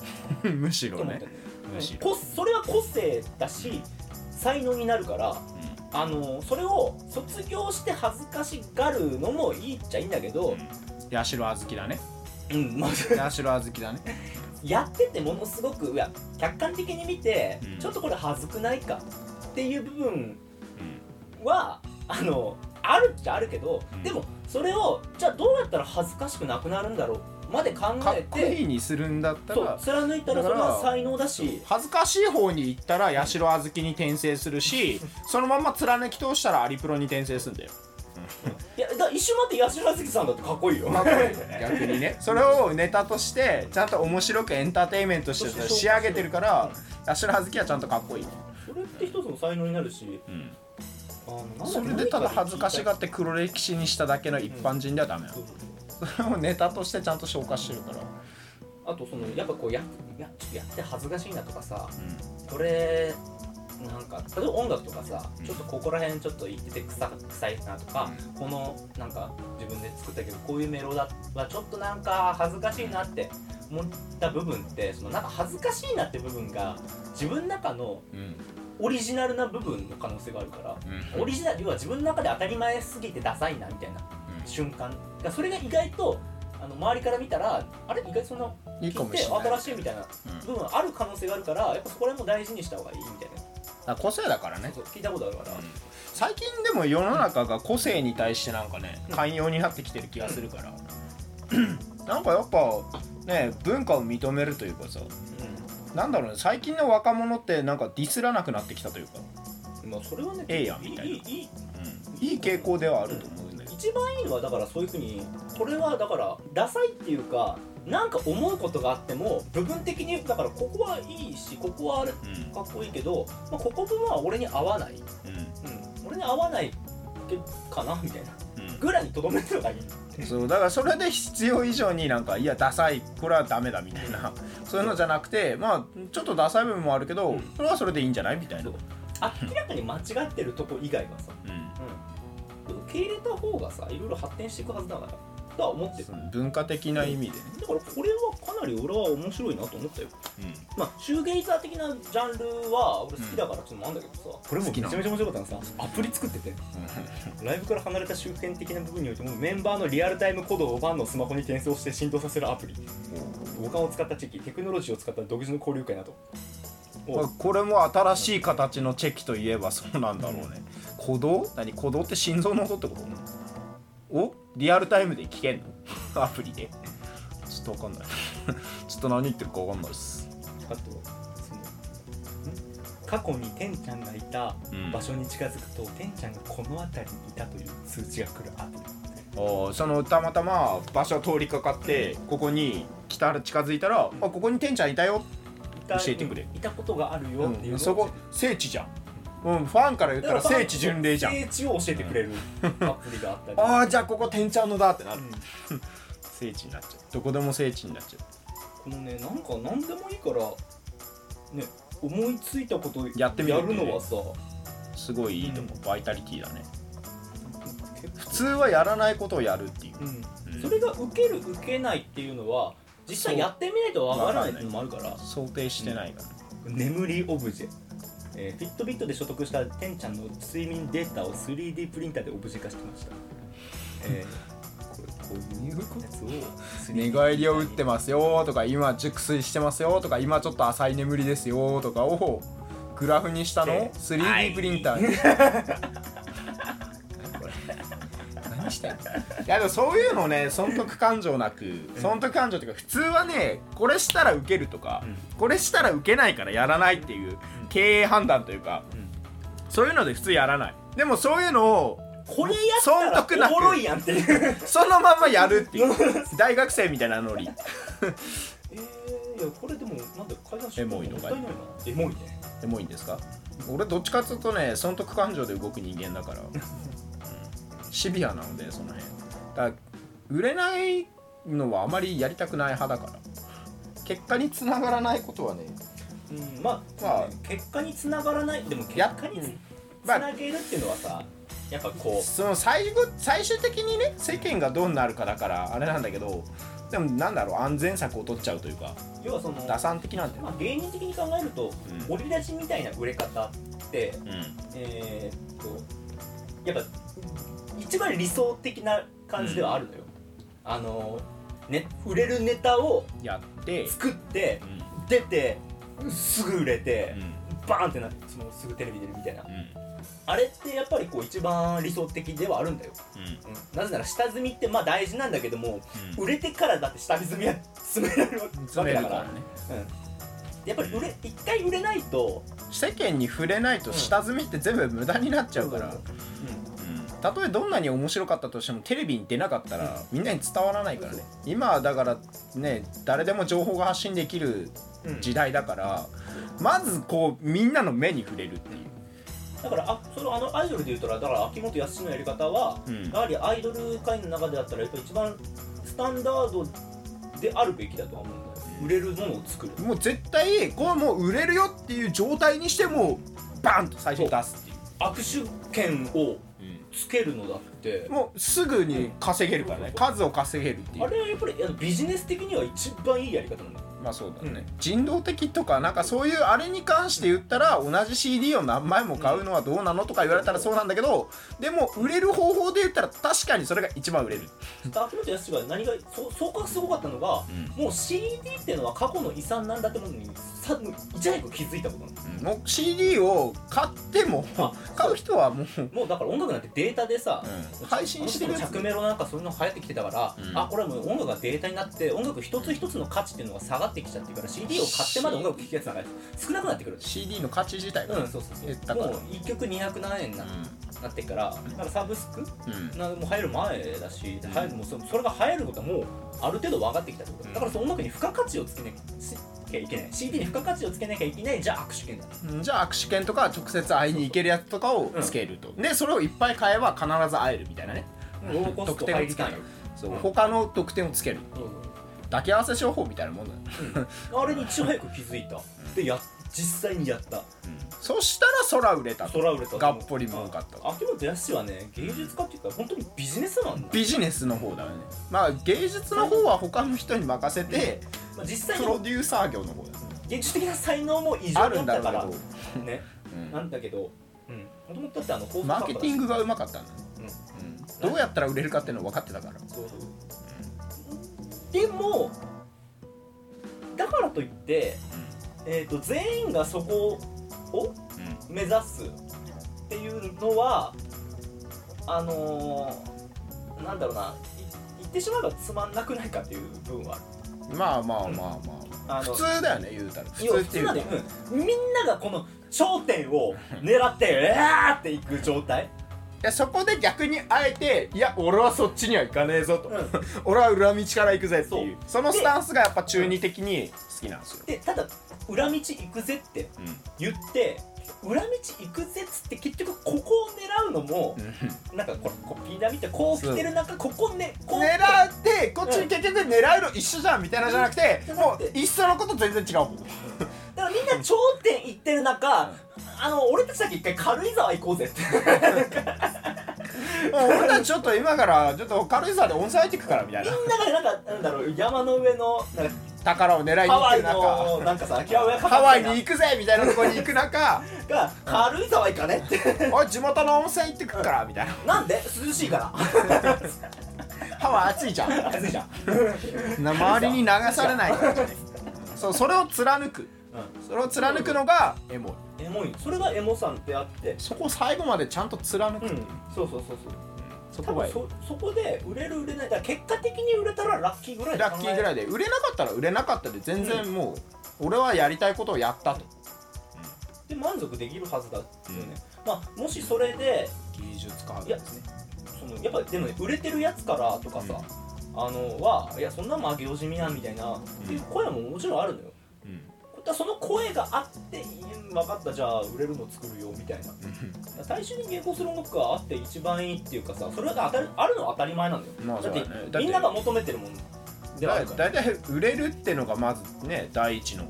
Speaker 2: うん むし
Speaker 1: と
Speaker 2: ろ
Speaker 1: 思っ
Speaker 2: ね
Speaker 1: たのよ
Speaker 2: むしろ、
Speaker 1: こそれは個性だし才能になるからあのそれを卒業して恥ずかしがるのもいいっちゃいいんだけど、
Speaker 2: ヤシロアズキ だね
Speaker 1: うんまあ、
Speaker 2: ヤシロアズキだね
Speaker 1: やっててものすごくいや客観的に見て、
Speaker 2: うん
Speaker 1: ちょっとこれ恥ずくないかっていう部分はあのあるっちゃあるけど、
Speaker 2: うん
Speaker 1: でもそれをじゃあどうやったら恥ずかしくなくなるんだろうまで考
Speaker 2: かっ
Speaker 1: え
Speaker 2: こ
Speaker 1: て
Speaker 2: いいにするんだった
Speaker 1: そう
Speaker 2: ら
Speaker 1: 貫いたらそれは才能だし
Speaker 2: 恥ずかしい方に行ったらヤシロアズキに転生するしそのまんま貫き通したらアリプロに転生するんだよ
Speaker 1: いやだ一瞬待って八代月さんだってかっこいいよ。
Speaker 2: 逆に ねそれをネタとしてちゃんと面白くエンターテインメントとして仕上げてるからヤシロアズキはちゃんとかっこいい、
Speaker 1: それって一つの才能になるしあのなんだ
Speaker 2: それでただ恥ずかしがって黒歴史にしただけの一般人ではダメな
Speaker 1: そう
Speaker 2: のそれをネタとしてちゃんと消化してるから
Speaker 1: あとそのやっぱこうややちょっとやって恥ずかしいなとかさこれなんか例えば音楽とかさ
Speaker 2: うん
Speaker 1: ちょっとここら辺ちょっと言ってて臭臭いなとか、このなんか自分で作ったけどこういうメロだはちょっとなんか恥ずかしいなって思った部分ってそのなんか恥ずかしいなって部分が自分の中の
Speaker 2: うん
Speaker 1: オリジナルな部分の可能性があるからオリジナル要は自分の中で当たり前すぎてダサいなみたいな瞬間がそれが意外とあの周りから見たらあれ意外とそんない
Speaker 2: い
Speaker 1: 聞
Speaker 2: か
Speaker 1: い
Speaker 2: も
Speaker 1: て
Speaker 2: しれない
Speaker 1: 新しいみたいな部分ある可能性があるからやっぱそこら辺も大事にした方がいいみたいな
Speaker 2: あ個性だからね
Speaker 1: そう聞いたことあるから、
Speaker 2: 最近でも世の中が個性に対してなんかね寛容になってきてる気がするから なんかやっぱね文化を認めるというかさなんだろうね最近の若者ってなんかディスらなくなってきたというか、
Speaker 1: うんまあ、それはね
Speaker 2: ええやんみたいない
Speaker 1: いいい
Speaker 2: いい傾向ではあると思うんだよ
Speaker 1: 一番いいのはだからそういうふうにこれはだからダサいっていうかなんか思うことがあっても部分的にだからここはいいしここはあれか
Speaker 2: う
Speaker 1: っこいいけど、まあ、ここ分は俺に合わない、うん俺に合わないけかなみたいなぐらいにとどめるのがいい
Speaker 2: そうだからそれで必要以上になんかいやダサいこれはダメだみたいなそういうのじゃなくてまあちょっとダサい部分もあるけどそれはそれでいいんじゃないみたいな、
Speaker 1: 明らかに間違ってるとこ以外はさ受け入れた方がさいろいろ発展していくはずだからとは思ってる
Speaker 2: その文化的な意味でね、
Speaker 1: だからこれはかなり俺は面白いなと思ったよまあシューゲイザー的なジャンルは俺好きだからちょっともあんだけどさ、これも
Speaker 2: 好
Speaker 1: め
Speaker 2: き
Speaker 1: ち
Speaker 2: な
Speaker 1: ゃめちゃ面白かったのさアプリ作っててライブから離れた周辺的な部分においてもメンバーのリアルタイムコードをファンのスマホに転送して浸透させるアプリ五感を使ったチェキテクノロジーを使った独自の交流会など
Speaker 2: まあこれも新しい形のチェキといえばそうなんだろうね鼓動何鼓動って心臓の音ってことをリアルタイムで聞けんの アプリでちょっとわかんないちょっと何言ってるかわかんないっす、
Speaker 1: あとそのん過去にてんちゃんがいた場所に近づくと、てんちゃんがこの辺りにいたという通知が来るアプ
Speaker 2: おーそのたまたま場所通りかかってここに来たら近づいたら「あここにてんちゃんいたよ」
Speaker 1: た
Speaker 2: 教えてくれ、
Speaker 1: いたことがあるよっていううん
Speaker 2: そこ聖地じゃんうんファンから言ったら聖地巡礼じゃん
Speaker 1: 聖地を教えてくれるアプリがあったり
Speaker 2: ああじゃあここ天ちゃんのだってなる、
Speaker 1: うん
Speaker 2: 聖地になっちゃうどこでも聖地になっちゃ
Speaker 1: こ
Speaker 2: う
Speaker 1: のねなんか何でもいいからね思いついたこと
Speaker 2: やってみる
Speaker 1: や
Speaker 2: っ
Speaker 1: る
Speaker 2: ていうね
Speaker 1: のはさ
Speaker 2: すごいいいと思う、バイタリティだね普
Speaker 1: 普
Speaker 2: 通はやらないことをやるっていう、
Speaker 1: うん、それが受ける受けないっていうのは実際やってみないとわからないっていうのもあるから
Speaker 2: 想定してないから、
Speaker 1: 眠りオブジェ、えー、フィットビットで所得したてんちゃんの睡眠データを 3D プリンターでオブジェ化してました、えー、これこういうや つを
Speaker 2: 寝返りを打ってますよとか今熟睡してますよとか今ちょっと浅い眠りですよとかをグラフにしたのを 3D プリンターで 何してんのいやでもそういうのね損得感情なく損得感情っていうか普通はねこれしたらウケるとか
Speaker 1: うん
Speaker 2: これしたらウケないからやらないっていう経営判断というか
Speaker 1: うん
Speaker 2: そういうので普通やらないでもそういうのを
Speaker 1: これや
Speaker 2: 損
Speaker 1: った
Speaker 2: 得
Speaker 1: ら
Speaker 2: な
Speaker 1: お
Speaker 2: く
Speaker 1: もろいやんっていう
Speaker 2: そのまんまやるっていう 大学生みたいなノリ
Speaker 1: えー、いやこれでもなんで開発
Speaker 2: エモいの
Speaker 1: もっ
Speaker 2: が
Speaker 1: たいないなエモいね
Speaker 2: エモいんですか俺どっちかっていうとね損得感情で動く人間だ から、うんシビアなのでその辺だから売れないのはあまりやりたくない派だから結果につながらないことはね
Speaker 1: うんまあ、
Speaker 2: まあ
Speaker 1: 結果につながらないでも結
Speaker 2: や
Speaker 1: 果につ,、
Speaker 2: うんまあ
Speaker 1: なげるっていうのはさやっぱこう
Speaker 2: その最後最終的にね世間がどうなるかだからあれなんだけどでもなんだろう安全策を取っちゃうというか
Speaker 1: 要はその、
Speaker 2: 打算的なんだよ
Speaker 1: まあ、芸人的に考えると、
Speaker 2: うん
Speaker 1: 折り出しみたいな売れ方って
Speaker 2: うん
Speaker 1: えーっとやっぱ一番理想的な感じではあるのよ、あのね売れるネタを
Speaker 2: やって、
Speaker 1: 作って
Speaker 2: うん
Speaker 1: 出てすぐ売れて
Speaker 2: う、ん
Speaker 1: バーンってなってそのすぐテレビ出るみたいな
Speaker 2: うん
Speaker 1: あれってやっぱりこう一番理想的ではあるんだよ、
Speaker 2: うん
Speaker 1: うんなぜなら下積みってまあ大事なんだけども
Speaker 2: うん
Speaker 1: 売れてからだって下積みは詰められるわ
Speaker 2: 詰
Speaker 1: け
Speaker 2: め
Speaker 1: だ
Speaker 2: る
Speaker 1: か
Speaker 2: かららね
Speaker 1: やっぱり売れ一回売れないと、
Speaker 2: 世間に触れないと下積みって全部無駄になっちゃうから、
Speaker 1: う
Speaker 2: たとえどんなに面白かったとしてもテレビに出なかったらみんなに伝わらないからね今はだからね誰でも情報が発信できる
Speaker 1: んうん
Speaker 2: 時代だからまずこうみんなの目に触れるっていう
Speaker 1: だからあそのあのアイドルで言うとだから秋元康のやり方は、
Speaker 2: うん
Speaker 1: やはりアイドル界の中でだったらやっぱ一番スタンダードであるべきだとは思うんだよ、売れるものを作る
Speaker 2: もう絶対これもう売れるよっていう状態にしてもうバンと最初に出すっていう
Speaker 1: 握手券をつけるのだって、
Speaker 2: もうすぐに稼げるからね数を稼げるってい
Speaker 1: あ
Speaker 2: う
Speaker 1: れはやっぱりあのビジネス的には一番いいやり方なんだよ
Speaker 2: まあそうだ
Speaker 1: う
Speaker 2: ね
Speaker 1: ん
Speaker 2: 人道的とかなんかそういうあれに関して言ったら同じ CD を何枚も買うのはどうなのとか言われたらそうなんだけどでも売れる方法で言ったら確かにそれが一番売れる
Speaker 1: 秋元康が何がそそこがすごかったのが、もう CD っていうのは過去の遺産なんだってものにさいち早く気づいたことなんだよ
Speaker 2: もう CD を買っても
Speaker 1: あ
Speaker 2: 買う人はもう、
Speaker 1: もうだから音楽なんてデータでさ、
Speaker 2: うん配信してるやつ
Speaker 1: 着メロなんかそういうの流行ってきてたから、
Speaker 2: うん
Speaker 1: あこれはもう音楽がデータになって音楽一つ一つの価値っていうのが下がってきちゃってるから CD を買ってまで音楽聴くやつなんか少なくなってくる
Speaker 2: CD の価値自体
Speaker 1: う
Speaker 2: が、
Speaker 1: んそうそう
Speaker 2: 減っ
Speaker 1: そ
Speaker 2: た
Speaker 1: う
Speaker 2: から
Speaker 1: もう1曲207円にな,、なってっからなんかサブスク
Speaker 2: うんうん
Speaker 1: なんかもう流行る前だし、流行るもうそそれが流行ることはもうある程度分かってきたってことだ,、からその音楽に付加価値をつけなきゃいけない CD に付加価値をつけなきゃいけないじゃあ握手券だ
Speaker 2: うんじゃあ握手券とか直接会いに行けるやつとかをつけると、でそれをいっぱい買えば必ず会えるみたいなね、
Speaker 1: ローコスト
Speaker 2: 特典
Speaker 1: 入
Speaker 2: を
Speaker 1: り
Speaker 2: つけ
Speaker 1: た
Speaker 2: る
Speaker 1: い
Speaker 2: そう
Speaker 1: うん
Speaker 2: 他の特典をつける抱き合わせ商法みたいなもんだよ
Speaker 1: あれにいち早く気づいたでや実際にやった
Speaker 2: そしたら空売れたと
Speaker 1: 空売れた
Speaker 2: がっぽり儲かった
Speaker 1: 秋元康はね芸術家っていうか本当にビジネスマンだ、
Speaker 2: ビジネスの方だよねまあ芸術の方は他の人に任せて
Speaker 1: まあ、実
Speaker 2: プ
Speaker 1: 際に
Speaker 2: ロデューサー業の方だよね
Speaker 1: 芸術的な才能も異常
Speaker 2: ある
Speaker 1: だ
Speaker 2: ん
Speaker 1: っ
Speaker 2: だ
Speaker 1: たか
Speaker 2: ろ
Speaker 1: ら
Speaker 2: う
Speaker 1: ね
Speaker 2: けど、うん
Speaker 1: なんだけどもともとだってあの放
Speaker 2: マーケティン
Speaker 1: グ
Speaker 2: グがうまかったんだね、
Speaker 1: うん
Speaker 2: どうやったら売れるかっていうの分かってたから
Speaker 1: そうそうでもだからといって、えー、と全員がそこを目指すっていうのはあのー、なんだろうない言ってしまえばつまんなくないかっていう部分はある
Speaker 2: まあまあまあまあ、
Speaker 1: あの
Speaker 2: 普通だよね言うたら普
Speaker 1: 要は
Speaker 2: 通っ
Speaker 1: 普通
Speaker 2: ていう
Speaker 1: な
Speaker 2: か
Speaker 1: んで、 うんみんながこの頂点を狙ってうわーっていく状態
Speaker 2: でそこで逆にあえていや俺はそっちには行かねえぞと、
Speaker 1: うん
Speaker 2: 俺は裏道から行くぜっていうそのスタンスがやっぱ中二的に好きなんですよ、
Speaker 1: でただ裏道行くぜって言って裏道行くぜっつって結局ここを狙うのも
Speaker 2: う、ん、
Speaker 1: なんかこれこうピーナミってこう来てる中ここねこう
Speaker 2: 狙ってこっちに結局狙いの一緒じゃんみたいなじゃなくて、
Speaker 1: うん
Speaker 2: もういっそのこと全然違うもん
Speaker 1: だからみんな頂点行ってる中あの俺たちだけ一回軽井沢行こうぜって
Speaker 2: もう俺たちちょっと今からちょっと軽井沢で温泉入ってくからみたい
Speaker 1: み
Speaker 2: なん
Speaker 1: ながなんかなんだろう山の上のなんか
Speaker 2: 宝を狙いに
Speaker 1: ハ
Speaker 2: 行っ
Speaker 1: ワイ
Speaker 2: てる中
Speaker 1: のなんかさ秋葉原か
Speaker 2: ハワイに行くぜみたいなところに行く中
Speaker 1: が軽井沢行かねって
Speaker 2: おい地元の温泉行ってくからみたいな
Speaker 1: なんで涼しいから
Speaker 2: ハワイ暑いじゃん
Speaker 1: 暑いじゃん
Speaker 2: な周りに流されないからじゃないそうそれを貫くそれを貫くのがエモい
Speaker 1: エモいそれがエモさんってあって
Speaker 2: そこを最後までちゃんと貫く、
Speaker 1: うんそうそうそうそう
Speaker 2: そ
Speaker 1: 多
Speaker 2: こ
Speaker 1: 分
Speaker 2: がいい
Speaker 1: そそこで売れる売れないだから結果的に売れたらラッキーぐらい
Speaker 2: ラッキーぐら
Speaker 1: い
Speaker 2: いで売れなかったら売れなかったで全然もう俺はやりたいことをやったと
Speaker 1: で満足できるはずだよね、まあもしそれで
Speaker 2: 技術家
Speaker 1: いや
Speaker 2: ですね
Speaker 1: そのやっぱでもね売れてるやつからとかさ、あのはいやそんなもん上げ惜しみやんみたいなっていう声ももちろんあるのよだからその声があってうん分かったじゃあ売れるの作るよみたいな最終に迎合する音楽があって一番いいっていうかさそれが当たるあるのは当たり前なんだよ、
Speaker 2: まあ
Speaker 1: だって
Speaker 2: そうだねだって
Speaker 1: みんなが求めてるものではあ
Speaker 2: だ
Speaker 1: るから
Speaker 2: だいたい売れるってのがまずね第一の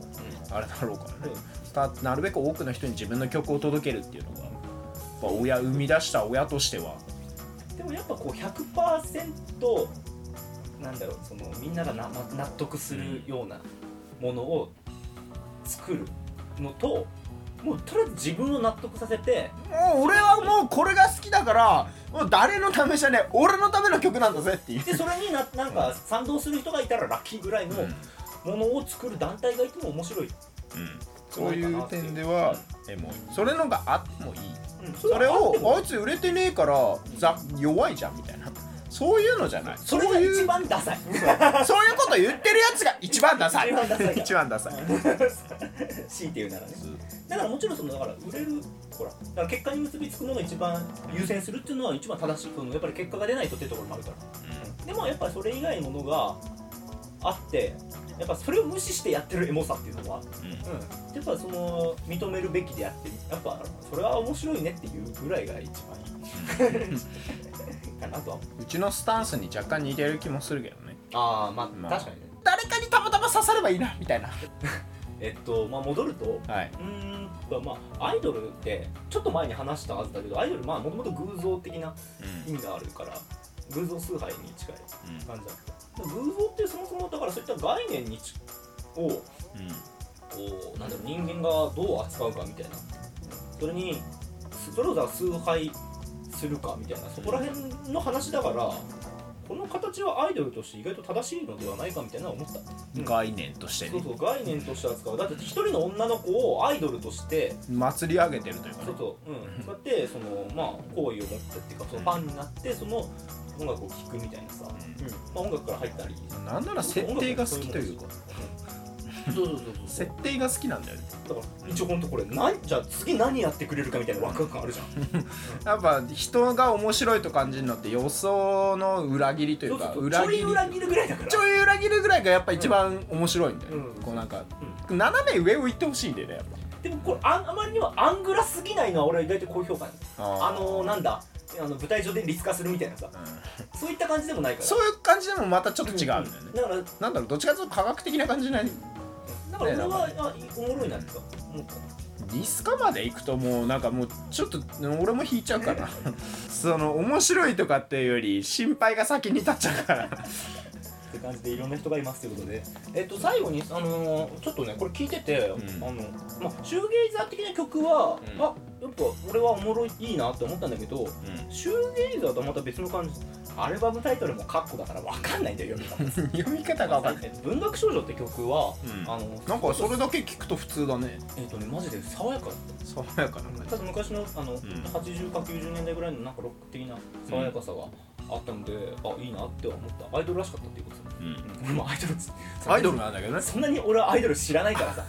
Speaker 2: あれだろうからね、スタなるべく多くの人に自分の曲を届けるっていうのがやっぱ親生み出した親としては
Speaker 1: でもやっぱこう100%なんだろうそのみんながな納得するようなものを作るのともうとりあえず自分を納得させて
Speaker 2: もう俺はもうこれが好きだからもう誰のためじゃねえ俺のための曲なんだぜっていう
Speaker 1: でそれにななんか賛同する人がいたらラッキーぐらいのものを作る団体がいても面白い、
Speaker 2: そういう点ではエモいそれのがあってもいい
Speaker 1: うん、
Speaker 2: それ
Speaker 1: はあっても
Speaker 2: をあいつ売れてねえからざ弱いじゃんみたいなそういうのじゃない
Speaker 1: それ
Speaker 2: う
Speaker 1: が
Speaker 2: いう
Speaker 1: 一番ダサい
Speaker 2: そういうこと言ってるやつが一番ダサい
Speaker 1: 一番ダサい
Speaker 2: 一番ダサい
Speaker 1: 強いて言うならねだからもちろんそのだから売れるほらだから結果に結びつくのが一番優先するっていうのは一番正しいそのやっぱり結果が出ないとっていうところもあるから、でもやっぱりそれ以外のものがあってやっぱそれを無視してやってるエモさっていうのもあって、うん、やっぱその認めるべきでやってやっぱそれは面白いねっていうぐらいが一番い いかなとは思う
Speaker 2: うちのスタンスに若干似てる気もするけどね
Speaker 1: ああまあ、
Speaker 2: まあ
Speaker 1: 確かにね
Speaker 2: 誰かにたまたま刺さればいいなみたいな
Speaker 1: えっとまあ戻ると
Speaker 2: はい、
Speaker 1: うーんまあアイドルってちょっと前に話したはずだけどアイドルまあもともと偶像的な意味があるから偶像崇拝に近い感じだけど偶像ってそもそもだからそういった概念にちをこうなんだろう人間がどう扱うかみたいなそれにそれをさ崇拝するかみたいなそこら辺の話だからこの形はアイドルとして意外と正しいのではないかみたいなのは思ったうん
Speaker 2: 概念として
Speaker 1: そう
Speaker 2: ね
Speaker 1: そう概念として扱うだって一人の女の子をアイドルとして
Speaker 2: 祭り上げてるというか
Speaker 1: そ
Speaker 2: ね
Speaker 1: うそう、うん、そうやってそのまあ好意を持ってっていうかそのファンになってその音楽を聴くみたいなさ、うんまあ、音楽から入ったり
Speaker 2: なんなら設定が好きというか
Speaker 1: うんそうそうそう
Speaker 2: 設定が好きなんだよね
Speaker 1: そうだから一応ほんとこれなんじゃあ次何やってくれるかみたいなワクワク感あるじゃん
Speaker 2: やっぱ人が面白いと感じるのって予想の裏切りというか
Speaker 1: そうそう
Speaker 2: 裏切り
Speaker 1: ちょい裏切るぐらいだから
Speaker 2: ちょい裏切るぐらいがやっぱ一番面白いんだよ、ね
Speaker 1: うん
Speaker 2: こうなんか、斜め上を行ってほしいんだよねやっ
Speaker 1: でもこれあんあまりにもアングラすぎないのは俺は意外と高評価なの
Speaker 2: ぱ
Speaker 1: あのなんだあの舞台上でリス化するみたいなさ
Speaker 2: うん
Speaker 1: そういった感じでもないから
Speaker 2: そういう感じでもまたちょっと違うんだよね、
Speaker 1: だから
Speaker 2: なんだろうどっちかというと科学的な感じない
Speaker 1: だから俺は、あおもろいなって思った
Speaker 2: リスカまで行くともうなんかもうちょっと俺も引いちゃうからその面白いとかっていうより心配が先に立っちゃうから
Speaker 1: って感じでいろんな人がいますということで、えっと、最後に、あのーちょっとねこれ聞いてて、
Speaker 2: ん
Speaker 1: あのまあ、シューゲイザー的な曲は、
Speaker 2: うん
Speaker 1: あやっぱ俺はおもろいいいなって思ったんだけどシューゲイザーとはまた別の感じアルバムタイトルもカッコだから分かんないんだ よ読み方
Speaker 2: 読み方が分かんない、
Speaker 1: えっと文学少女って曲は、
Speaker 2: うん
Speaker 1: あの
Speaker 2: なんかそれだけ聞くと普通だね
Speaker 1: えっとねマジで爽やかだった
Speaker 2: 爽やかな
Speaker 1: ただ昔のあの、
Speaker 2: ん
Speaker 1: 80か90年代ぐらいのなんかロック的な爽やかさがあったのであいいなって思ったアイドルらしかったっていうことです
Speaker 3: うん
Speaker 1: 俺もアイドルっつ
Speaker 2: アイドルなんだけどね
Speaker 1: そんなに俺はアイドル知らない からさ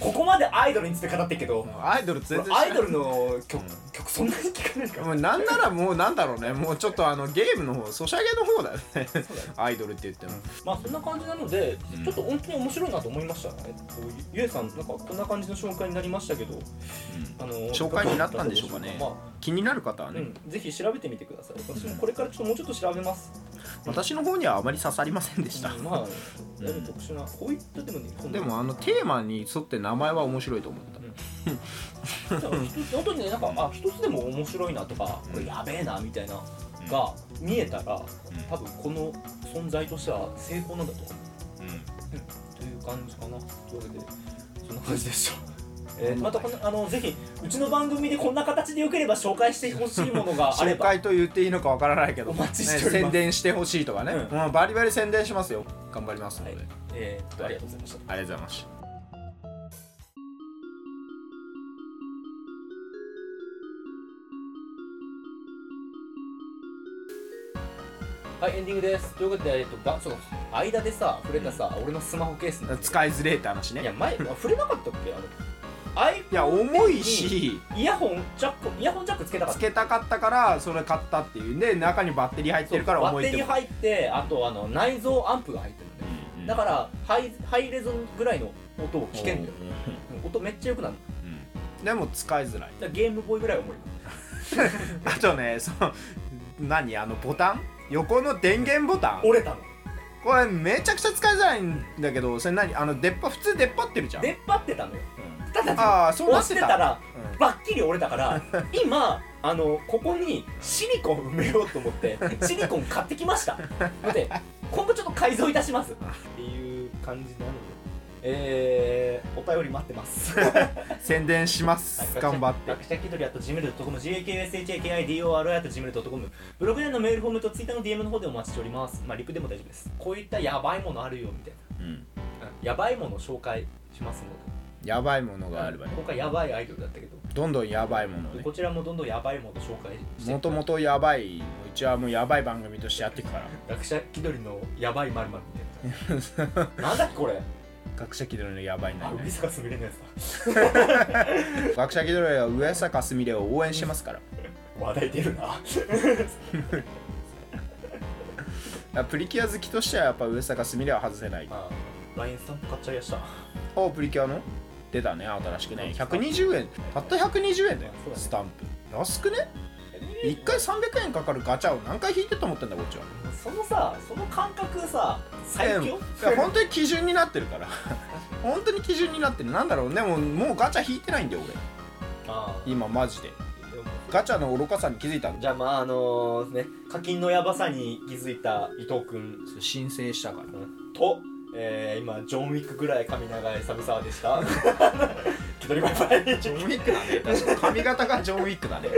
Speaker 1: ここまでアイドルについて語ってっけど
Speaker 2: アイドル全然知ら
Speaker 1: ア
Speaker 2: ない
Speaker 1: イドルの曲,、曲そんなに聴かないから
Speaker 2: もうなんならもうなんだろうねもうちょっとあのゲームの方ソシャゲの方だよね
Speaker 1: そうだよ
Speaker 2: アイドルって言っても、
Speaker 1: まあそんな感じなので、
Speaker 3: うん
Speaker 1: ちょっと本当に面白いなと思いましたねこうゆゆえさんなんかこんな感じの紹介になりましたけどあの
Speaker 2: 紹介になったんでしょうかね
Speaker 1: ま
Speaker 2: 気になる方
Speaker 1: あ
Speaker 2: は
Speaker 1: う
Speaker 2: ね、
Speaker 1: ん、ぜひ調べてみてください私もこれからちょっともうちょっと調べます
Speaker 2: 私の方にはあまり刺さりませんでした、
Speaker 1: うんまあだいぶ特殊な、こういったでもね
Speaker 2: で もあのテーマに沿って名前は面白いと思った
Speaker 1: じゃあ一つ本当にねなんかあ一つでも面白いなとかこれやべえなみたいなが見えたら
Speaker 3: うん
Speaker 1: 多分この存在としては成功なんだと
Speaker 3: うん
Speaker 1: という感じかなというわけでそんな感じでした えー、またこのあのぜひうちの番組でこんな形でよければ紹介してほしいものがあれ
Speaker 2: 紹
Speaker 1: ば
Speaker 2: 介と言っていいのかわからないけど
Speaker 1: お待ちしております
Speaker 2: ね宣伝してほしいとかね、
Speaker 1: う
Speaker 2: もうバリバリ宣伝しますよ頑張りますので、
Speaker 1: はいえー、っとありがとうございました
Speaker 2: ありがとうございました
Speaker 1: はいエンディングですということで、えっと、ばその間でさ触れたさ、俺のスマホケースの
Speaker 2: 使いづれえって話ね
Speaker 1: い
Speaker 2: いや
Speaker 1: や前あ触れなかったっけあれ iPhone
Speaker 2: 重いし
Speaker 1: イヤホンジャックイヤホンジャックつけたかっ
Speaker 2: つ
Speaker 1: た
Speaker 2: けたかったからそれ買ったっていうんで中にバッテリー入ってるから
Speaker 1: バ
Speaker 2: 重
Speaker 1: ッ
Speaker 2: い
Speaker 1: テ
Speaker 2: って
Speaker 1: リー
Speaker 2: こと
Speaker 1: 入ってあとあの内蔵アンプが入ってるんだよ
Speaker 3: うん
Speaker 1: だからハイハイレゾンぐらいの音を聞けんだようん音めっちゃ良くなる
Speaker 3: うん
Speaker 2: でも使いづら
Speaker 1: だ
Speaker 2: い
Speaker 1: からゲームボーイぐらい重い
Speaker 2: あとねその何あのボタン横の電源ボタン
Speaker 1: 折れたの
Speaker 2: これめちゃくちゃ使いづらいんだけどそれ何あの出っ歯普通出っ張ってるじゃん
Speaker 1: 出っ張ってたのよただね
Speaker 2: ああそうな
Speaker 1: 押
Speaker 2: っ
Speaker 1: してて
Speaker 2: た
Speaker 1: たら
Speaker 2: うん
Speaker 1: バッキリ折れたから 今あのここにシリコン埋めようと思 ってシリコン買ってきましたので今後ちょっと改造いたしますっていう感じなのでえー、お便り待って ます
Speaker 2: 宣伝します頑張って
Speaker 1: 学者気取りあと gmail.com、gakshakidor あと gmail.com、ブログでのメールフォームとツイッターの DM の方でお待ちしております。まあ、リプでも大丈夫です。こういったやばいものあるよみたい
Speaker 3: うん
Speaker 1: な。やばいものを紹介しますの
Speaker 2: やばいもの
Speaker 1: で。
Speaker 2: があればね
Speaker 1: 今回やばいアイドルだったけど、
Speaker 2: どんどんやばいものをね
Speaker 1: こちらもどんどんやばいものを紹介してい
Speaker 2: も
Speaker 1: く
Speaker 2: ともとやばいのうちはもうやばい番組としてやっていくから
Speaker 1: 学者気取りのやばいまるまるみたいな。 なんだっけこれ
Speaker 2: 学者気取りのやばい
Speaker 1: あ、
Speaker 2: なり
Speaker 1: ウ
Speaker 2: ね
Speaker 1: リスが優れのやつ
Speaker 2: 学者気取りは上坂すみれを応援してますから
Speaker 1: だ。話題出るな。
Speaker 2: あプリキュア好きとしてはやっぱ上坂すみれは外せない
Speaker 1: あ、LINE スタンプ買っちゃいやした。
Speaker 2: あプリキュアの出たね新しくね120円たった120円だよ
Speaker 1: そうだね
Speaker 2: スタンプ安くね1回300円かかるガチャを何回引いてと思ってんだこっちは
Speaker 1: そのさ、その感覚さ、最強
Speaker 2: いや本当に基準になってるから 本当に基準になってるなんだろうねもうもうガチャ引いてないんだよ
Speaker 1: あー
Speaker 2: 俺今マジでガチャの愚かさに気づいたんだ
Speaker 1: じゃあまああのね課金のヤバさに気づいた伊藤君
Speaker 2: 申請したから
Speaker 1: と、えー、今ジョンウィックぐらい髪長いサブサーで した気取りバイバイ
Speaker 2: ジョンウィックだね確かに髪型がジョンウィックだね